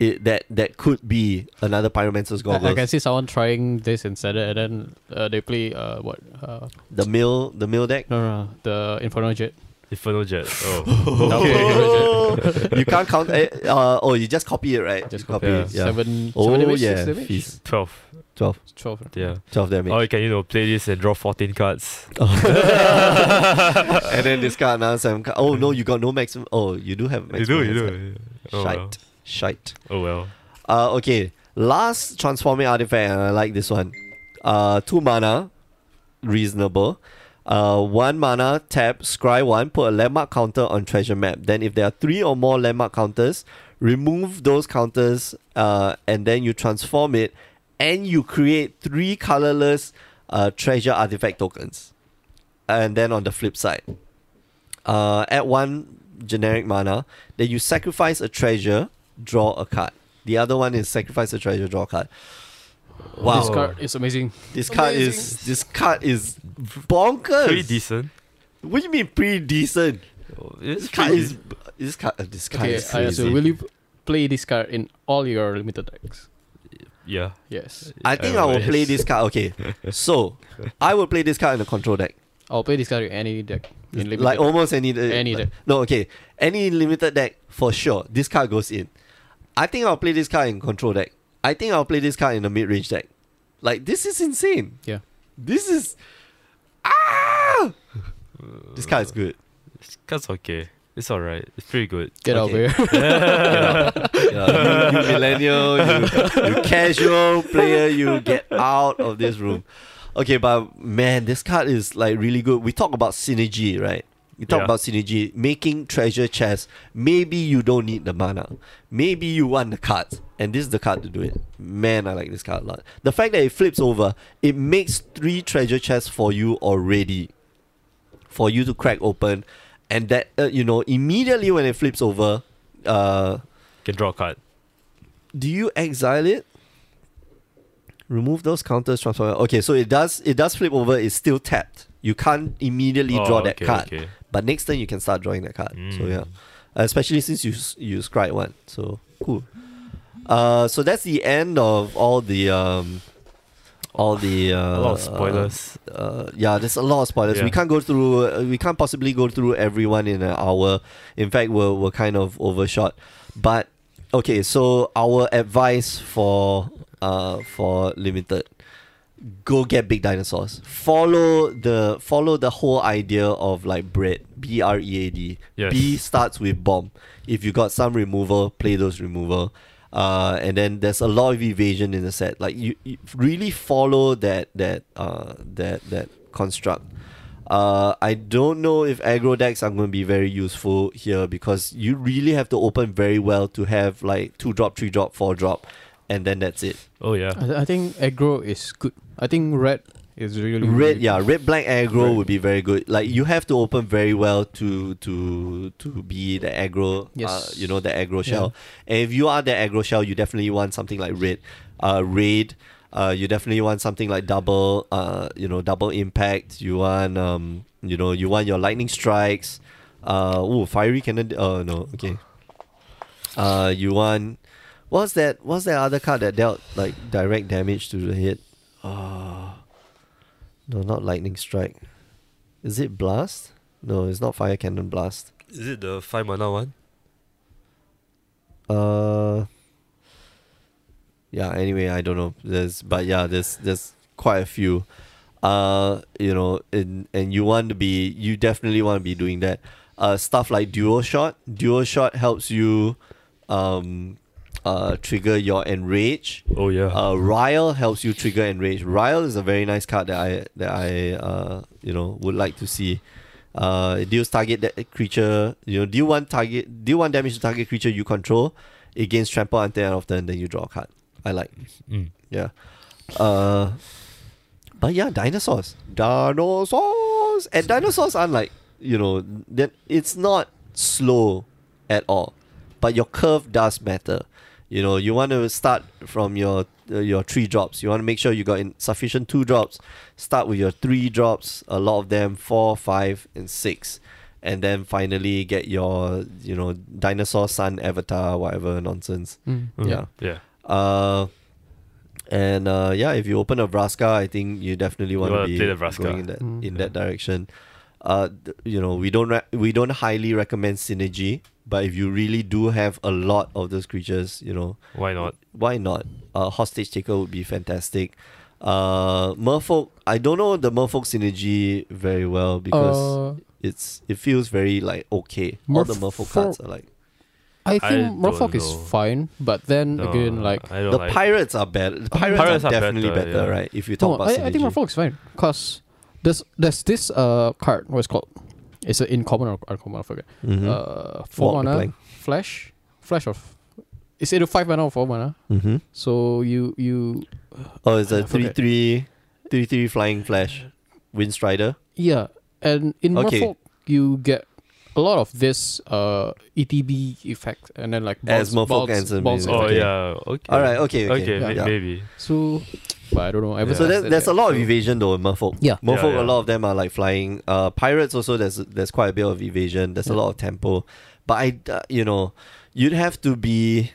S1: it, that that could be another pyromancer's
S3: I, I
S1: goggles
S3: can see someone trying this instead, and then uh, they play uh what uh
S1: the mill the mill deck
S3: no no, no the Inferno Jet.
S2: Inferno Jet. Oh.
S1: Oh, you can't count it, uh, oh you just copy it right
S3: Just
S1: You copy
S2: copy
S1: it,
S2: it.
S1: yeah.
S3: Seven.
S1: oh
S3: seven damage,
S1: yeah
S3: Six damage?
S1: feast.
S2: 12.
S1: 12
S3: Twelve.
S2: Yeah.
S1: 12 damage
S2: Or you can, you know, play this and draw 14 cards.
S1: and then discard another seven card. Oh no, you got no maximum. Oh, you do have
S2: You
S1: maximum.
S2: do, you
S1: hand
S2: do. Oh,
S1: Shite.
S2: well.
S1: size. Shite.
S2: Oh, well.
S1: Uh, okay. Last transforming artifact, and I like this one. Uh, two mana, reasonable. Uh, one mana, tap, scry one, put a landmark counter on treasure map. Then, if there are three or more landmark counters, remove those counters, uh, and then you transform it, and you create three colorless uh, treasure artifact tokens. And then on the flip side, uh, add one generic mana, then you sacrifice a treasure, draw a card. The other one is sacrifice a treasure, draw a card. Wow,
S3: This card is amazing.
S1: this card is
S3: Amazing.
S1: this card is bonkers.
S2: Pretty decent.
S1: What do you mean pretty decent?
S2: Oh,
S1: This
S2: It's
S1: card
S2: pretty
S1: is this card uh, this card
S3: Okay,
S1: is
S3: I
S1: crazy.
S3: also will you play this card in all your limited decks?
S2: Yeah. Oh,
S3: Yes,
S1: I think I will
S2: Yes.
S1: play this card. Okay, so I will play this card in the control deck,
S3: I'll play this card in any deck. In limited.
S1: like almost any uh,
S3: Any deck.
S1: No, okay, any limited deck for sure. This card goes in. I think I'll play this card in control deck. I think I'll play this card in the mid range deck. Like this is insane.
S3: yeah.
S1: This is ah. This card is good.
S2: This card's okay. It's alright. It's pretty good.
S3: Get
S1: Okay.
S3: over here.
S1: Yeah, you, you millennial, you, you casual player, you get out of this room. Okay, but man, this card is like really good. We talk about synergy, right? You talk
S2: Yeah.
S1: about synergy, making treasure chests. Maybe you don't need the mana. Maybe you want the cards. And this is the card to do it. Man, I like this card a lot. The fact that it flips over, it makes three treasure chests for you already. For you to crack open. And that, uh, you know, immediately when it flips over, uh,
S2: Can draw a card.
S1: do you exile it? Remove those counters, transfer. Okay, so it does it does flip over, it's still tapped. You can't immediately
S2: Oh,
S1: draw that
S2: okay,
S1: card.
S2: okay.
S1: But next turn you can start drawing that card. So yeah.
S2: Mm.
S1: Especially since you s- you scribe one. So cool. Uh so that's the end of all the um all the uh,
S2: A lot of spoilers.
S1: uh, yeah, there's a lot of spoilers.
S2: Yeah.
S1: We can't go through. Uh, we can't possibly go through everyone in an hour. In fact, we're we're kind of overshot. But okay, so our advice for uh for limited, go get big dinosaurs. Follow the follow the whole idea of like bread. B R E A D.
S2: Yes.
S1: B starts with bomb. If you got some removal, play those removal. Uh, and then there's a lot of evasion in the set. Like you, you really follow that that uh that that construct. Uh, I don't know if aggro decks are going to be very useful here because you really have to open very well to have like two drop, three drop, four drop, and then that's it.
S2: Oh yeah.
S3: I, th- I think aggro is good. I think red is really
S1: Red,
S3: really
S1: yeah,
S3: good.
S1: red black aggro
S3: Red.
S1: would be very good. Like you have to open very well to to to be the aggro, uh,
S3: Yes.
S1: you know, the aggro
S3: Yeah.
S1: shell. And if you are the aggro shell, you definitely want something like red, uh, raid. Uh, you definitely want something like double, uh, you know, double impact. You want, um, you know, you want your lightning strikes. Uh, ooh, fiery cannon. Oh no, okay. Uh, you want. What's that? What's that other card that dealt like direct damage to the head? Oh, no, not lightning strike. Is it blast? No, it's not fire cannon blast.
S2: Is it the five mana one?
S1: Uh, yeah. Anyway, I don't know. There's, but yeah, there's there's quite a few. Uh, you know, and and you want to be, you definitely want to be doing that. Uh, stuff like dual shot. Dual shot helps you, um, uh, trigger your enrage.
S2: Oh yeah.
S1: Uh, Ryle helps you trigger enrage. Ryle is a very nice card that I that I uh you know would like to see. Uh, it deals target that creature. You know, deal one target, deal one damage to target creature you control. It gains trample until end of turn. Then you draw a card. I like.
S2: Mm.
S1: Yeah. Uh, but yeah, dinosaurs. Dinosaurs and dinosaurs are like you know that it's not slow at all, but your curve does matter. You know, you want to start from your uh, your three drops. You want to make sure you got in sufficient two drops. Start with your three drops, a lot of them four, five, and six, and then finally get your you know dinosaur sun avatar, whatever nonsense.
S3: Mm, yeah.
S2: Yeah.
S1: Uh, and uh, yeah, if you open a Vraska, I think you definitely want to
S2: wanna
S1: be
S2: play the Vraska.
S1: going in that
S3: Mm.
S1: in that direction. Uh, th- you know, we don't re- we don't highly recommend synergy, but if you really do have a lot of those creatures, you know,
S2: Why not?
S1: why not? Uh, hostage taker would be fantastic. Uh, Merfolk, I don't know the Merfolk synergy very well because
S3: Uh,
S1: it's it feels very like okay. All the Merfolk cards
S3: Merfolk-
S1: are like
S3: I
S2: I
S3: think
S2: don't
S3: Merfolk is
S2: know.
S3: fine, but then
S2: No,
S3: Mm, again, like
S2: I don't
S1: the
S2: like-
S1: pirates are better. The pirates,
S2: Pirates
S1: are,
S2: are
S1: definitely better,
S2: better, yeah.
S1: right? If you
S3: No,
S1: talk about
S3: I, I think
S1: synergy.
S3: my frog's fine because there's there's this uh card what's called it's an incommon or uncommon I forget
S1: Mhm.
S3: uh four
S1: Walk the
S3: mana
S1: plank.
S3: flash flash of it's either five mana or four mana
S1: Mm-hmm.
S3: so you you
S1: Oh, it's
S3: I
S1: a 3
S3: forget.
S1: 3 3 3 flying flash. Windstrider.
S3: yeah and in okay.
S1: Okay.
S3: Merfolk you get a lot of this uh ETB effect and then like bounce,
S1: As Merfolk
S3: bounce,
S1: ends in
S3: bounce
S1: music.
S2: Oh
S1: Okay.
S2: yeah. Okay.
S1: All right, okay, okay.
S2: Okay. may-
S1: Yeah.
S2: Maybe.
S3: so but I don't know ever
S1: So
S3: since
S1: there's,
S3: then,
S1: there's a
S3: yeah,
S1: lot of
S3: so-
S1: evasion though in Merfolk.
S3: Yeah.
S1: Merfolk, a
S2: Yeah, yeah.
S1: lot of them are like flying. Uh, pirates also there's there's quite a bit of evasion. There's a lot of tempo, but I uh, you know, you'd have to be.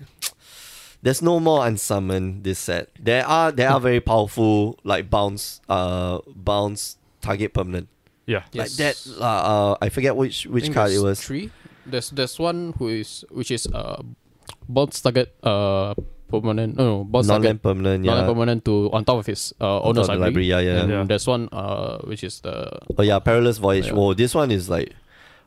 S1: There's no more unsummon this set. There are there are very powerful like bounce uh bounce target permanent
S2: Yeah.
S1: like
S3: Yes.
S1: that. Uh, uh, I forget which which
S3: think
S1: card
S3: there's
S1: it was.
S3: Three. There's there's one who is which is uh bounce target uh permanent no no bounce
S1: Non
S3: target
S1: permanent. Yeah.
S3: non permanent to on top of his uh
S1: On
S3: owner's
S1: top of the library,
S3: library.
S1: yeah, yeah.
S3: And
S2: Yeah.
S3: there's one uh which is the
S1: Oh yeah, Perilous Voyage.
S3: Yeah.
S1: Oh, this one is like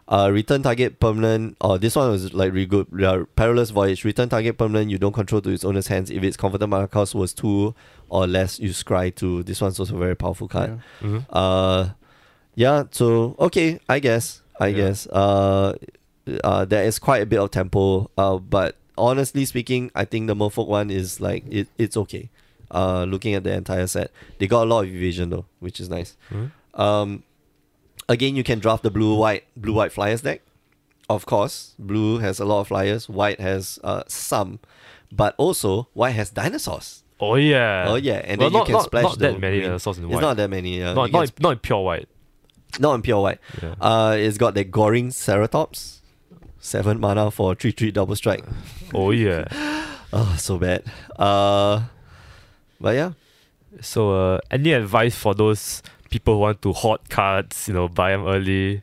S1: uh return target permanent. Oh, this one was like really good. Yeah, Perilous Voyage. Return target permanent you don't control to its owner's hands. If its converted mana cost was two or less, you scry two. This one's also a very powerful card.
S3: yeah.
S2: Mhm.
S1: Uh yeah, so okay, I guess. I
S2: Yeah.
S1: guess. Uh uh there is quite a bit of tempo. Uh but honestly speaking, I think the Merfolk one is like it, it's okay. Uh looking at the entire set. They got a lot of evasion though, which is nice.
S2: Mhm.
S1: Um, again, you can draft the blue white blue white flyers deck. Of course, blue has a lot of flyers. White has uh, some, but also white has dinosaurs.
S2: Oh yeah.
S1: oh yeah, and
S2: well,
S1: then
S2: not,
S1: you can
S2: not,
S1: splash
S2: Not
S1: the
S2: that many
S1: green.
S2: dinosaurs in
S1: It's
S2: white.
S1: not that many. Yeah,
S2: not
S1: You
S2: not,
S1: can
S2: in- not in pure white.
S1: sp- not in pure white.
S2: Yeah.
S1: Uh, it's got that goring ceratops, seven mana for three three double strike.
S2: oh yeah.
S1: Oh, so bad. Uh, but yeah,
S2: So, uh, any advice for those people who want to hoard cards? You know, buy them early.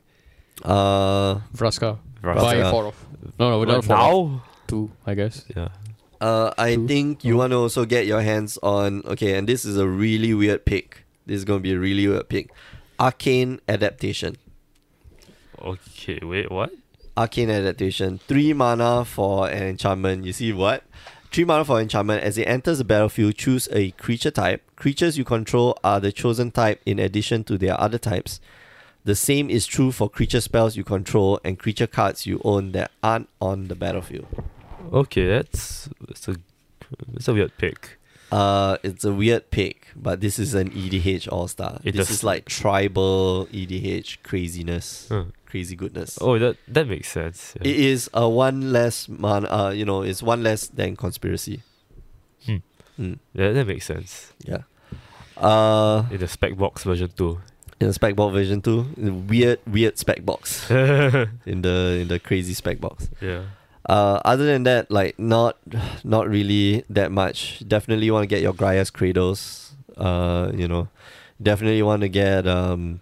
S1: uh,
S3: Vraska.
S2: Vraska.
S3: Buy
S1: Vraska.
S3: four of. No, no,
S2: Like
S3: without four. Of.
S2: now?
S3: Two, I guess.
S2: Yeah.
S1: Uh, I
S3: Two.
S1: think you want to also get your hands on. Okay, and this is a really weird pick. This is going to be a really weird pick. Arcane adaptation.
S2: Okay. Wait. What?
S1: Arcane adaptation. Three mana for an enchantment. You see what? Three mana for enchantment. As it enters the battlefield, choose a creature type. Creatures you control are the chosen type in addition to their other types. The same is true for creature spells you control and creature cards you own that aren't on the battlefield.
S2: Okay. That's it's a it's a weird pick.
S1: Uh, it's a weird pick, but this is an E EDH All Star.
S2: It
S1: This
S2: does-
S1: is like tribal EDH craziness,
S2: Huh.
S1: crazy goodness.
S2: Oh, that that makes sense. Yeah.
S1: It is a one less man. Uh, you know, it's one less than conspiracy.
S2: Hmm.
S1: Mm,
S2: Yeah, that makes sense.
S1: yeah. Uh,
S2: In the spec box version too.
S1: in the spec box version two, weird, weird spec box
S2: yeah.
S1: in the in the crazy spec box. Uh, other than that, like not not really that much. Definitely want to get your Graias Cradles. Uh, you know, definitely want to get. Um,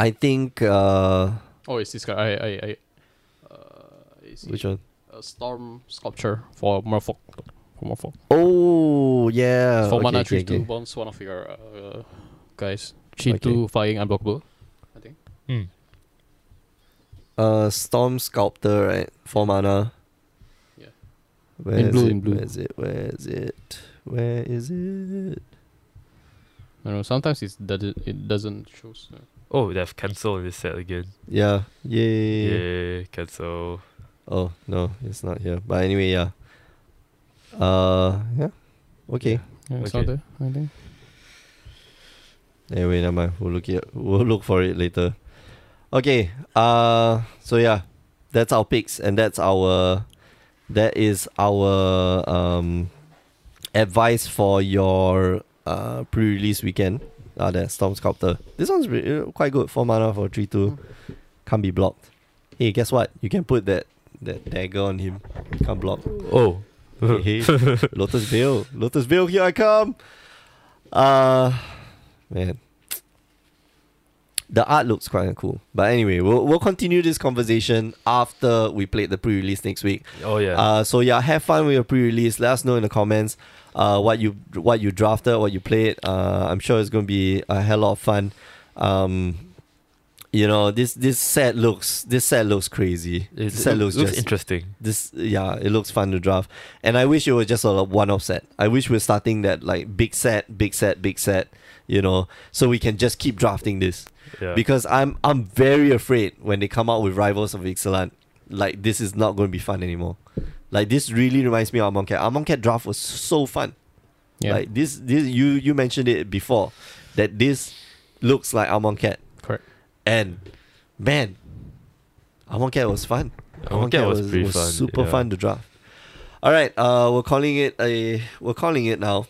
S1: I think. Uh,
S3: Oh, it's this guy. I I I. Uh, is
S1: which one?
S3: A storm sculpture for Merfolk. For Merfolk.
S1: Oh yeah. okay,
S3: four mana,
S1: okay,
S3: three two
S1: okay.
S3: bounce. One of your uh, guys. She
S1: Okay.
S3: two flying unblockable. I think.
S2: Hmm.
S1: Uh, Storm Sculptor, right? Four mana.
S3: Yeah.
S1: Where
S3: In
S1: is
S3: blue,
S1: it?
S3: in blue.
S1: Where is it? Where is it? Where is it?
S3: I don't know. Sometimes it's that it, it doesn't show. So.
S2: Oh, they've cancelled this set again.
S1: Yeah. Yay.
S2: Yeah, cancel.
S1: Oh no, it's not here. But anyway, yeah. Uh, yeah. Okay.
S3: Yeah, it's
S2: Okay.
S3: not there. I think.
S1: Anyway, never mind. We'll look it. We'll look for it later. Okay. Uh. So yeah, that's our picks, and that's our that is our um, advice for your uh, pre-release weekend. Ah, there, Storm Sculptor. This one's re- uh, quite good. Four mana for three two, can't be blocked. Hey, guess what? You can put that that dagger on him. Can't block.
S2: Oh.
S1: Hey, hey. Lotus Veil, Lotus Veil, here I come. Uh man, the art looks quite cool. But anyway, we'll we'll continue this conversation after we played the pre-release next week.
S2: Oh yeah.
S1: Uh, so yeah, have fun with your pre-release. Let us know in the comments uh, what you what you drafted, what you played. Uh, I'm sure it's gonna be a hell lot of fun. Um, you know this this set looks this set looks crazy.
S2: it,
S1: this set
S2: it
S1: looks,
S2: looks
S1: just
S2: interesting.
S1: this yeah it looks fun to draft and i wish it was just a one-off set i wish we're starting that like big set big set big set you know so we can just keep drafting this
S2: Yeah.
S1: because i'm i'm very afraid when they come out with rivals of Ixalan, like this is not going to be fun anymore like this really reminds me of Amonkhet. Amonkhet draft was so fun
S3: Yeah,
S1: like this this you you mentioned it before that this looks like Amonkhet.
S3: correct.
S1: And man, Amonkhet was fun.
S2: Amonkhet was pretty fun,
S1: super
S2: yeah.
S1: fun to draft. All right, uh, we're calling it a we're calling it now.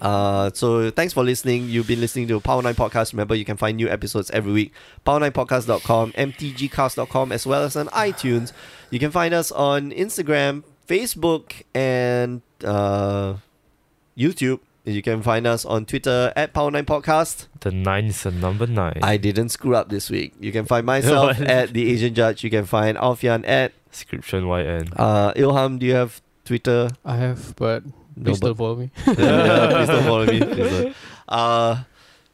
S1: Uh, so thanks for listening. You've been listening to Power Nine Podcast. Remember, you can find new episodes every week. Power9podcast.com, mtgcast.com, as well as on iTunes. You can find us on Instagram, Facebook, and uh, YouTube. You can find us on Twitter at Power Nine Podcast.
S2: the nine is a number nine.
S1: I didn't screw up this week. You can find myself
S2: What?
S1: at the Asian Judge. You can find Alfian at
S2: Description YN.
S1: uh, Ilham. Do you have Twitter?
S3: I have, but
S1: No,
S3: please
S1: but-
S3: still follow me.
S1: Yeah, please don't follow me. Please don't. Uh,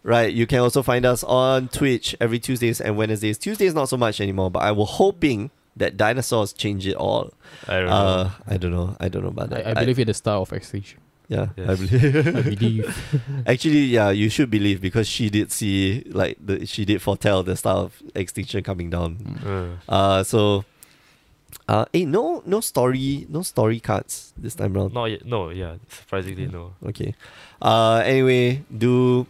S1: right. You can also find us on Twitch every Tuesdays and Wednesdays. Tuesdays not so much anymore, but I was hoping that dinosaurs change it all.
S2: I don't know.
S1: Uh, I don't know. I don't know about that.
S3: I, I believe in the star of extinction.
S1: yeah, I
S2: Yes.
S1: believe.
S3: I believe.
S1: Actually, yeah, you should believe because she did see like the, she did foretell the start of extinction coming down
S3: Mm.
S2: Uh,
S1: Uh, so, uh, hey, no, no story, no story cards this time around.
S2: Uh, not yet. No, yeah. Surprisingly, no.
S1: Okay. Uh, anyway, do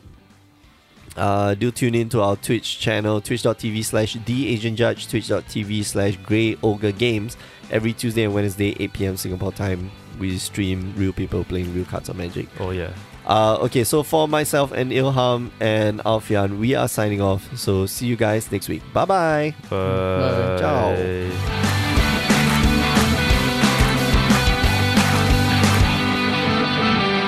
S1: uh, do tune in to our Twitch channel, twitch.tv slash theasianjudge, twitch.tv slash grey ogre games. Every Tuesday and Wednesday, 8 p.m. Singapore time, we stream real people playing real cards of magic.
S2: Oh yeah.
S1: Uh, okay, so for myself and Ilham and Alfian, we are signing off. So see you guys next week. Bye bye.
S2: Bye.
S1: Ciao.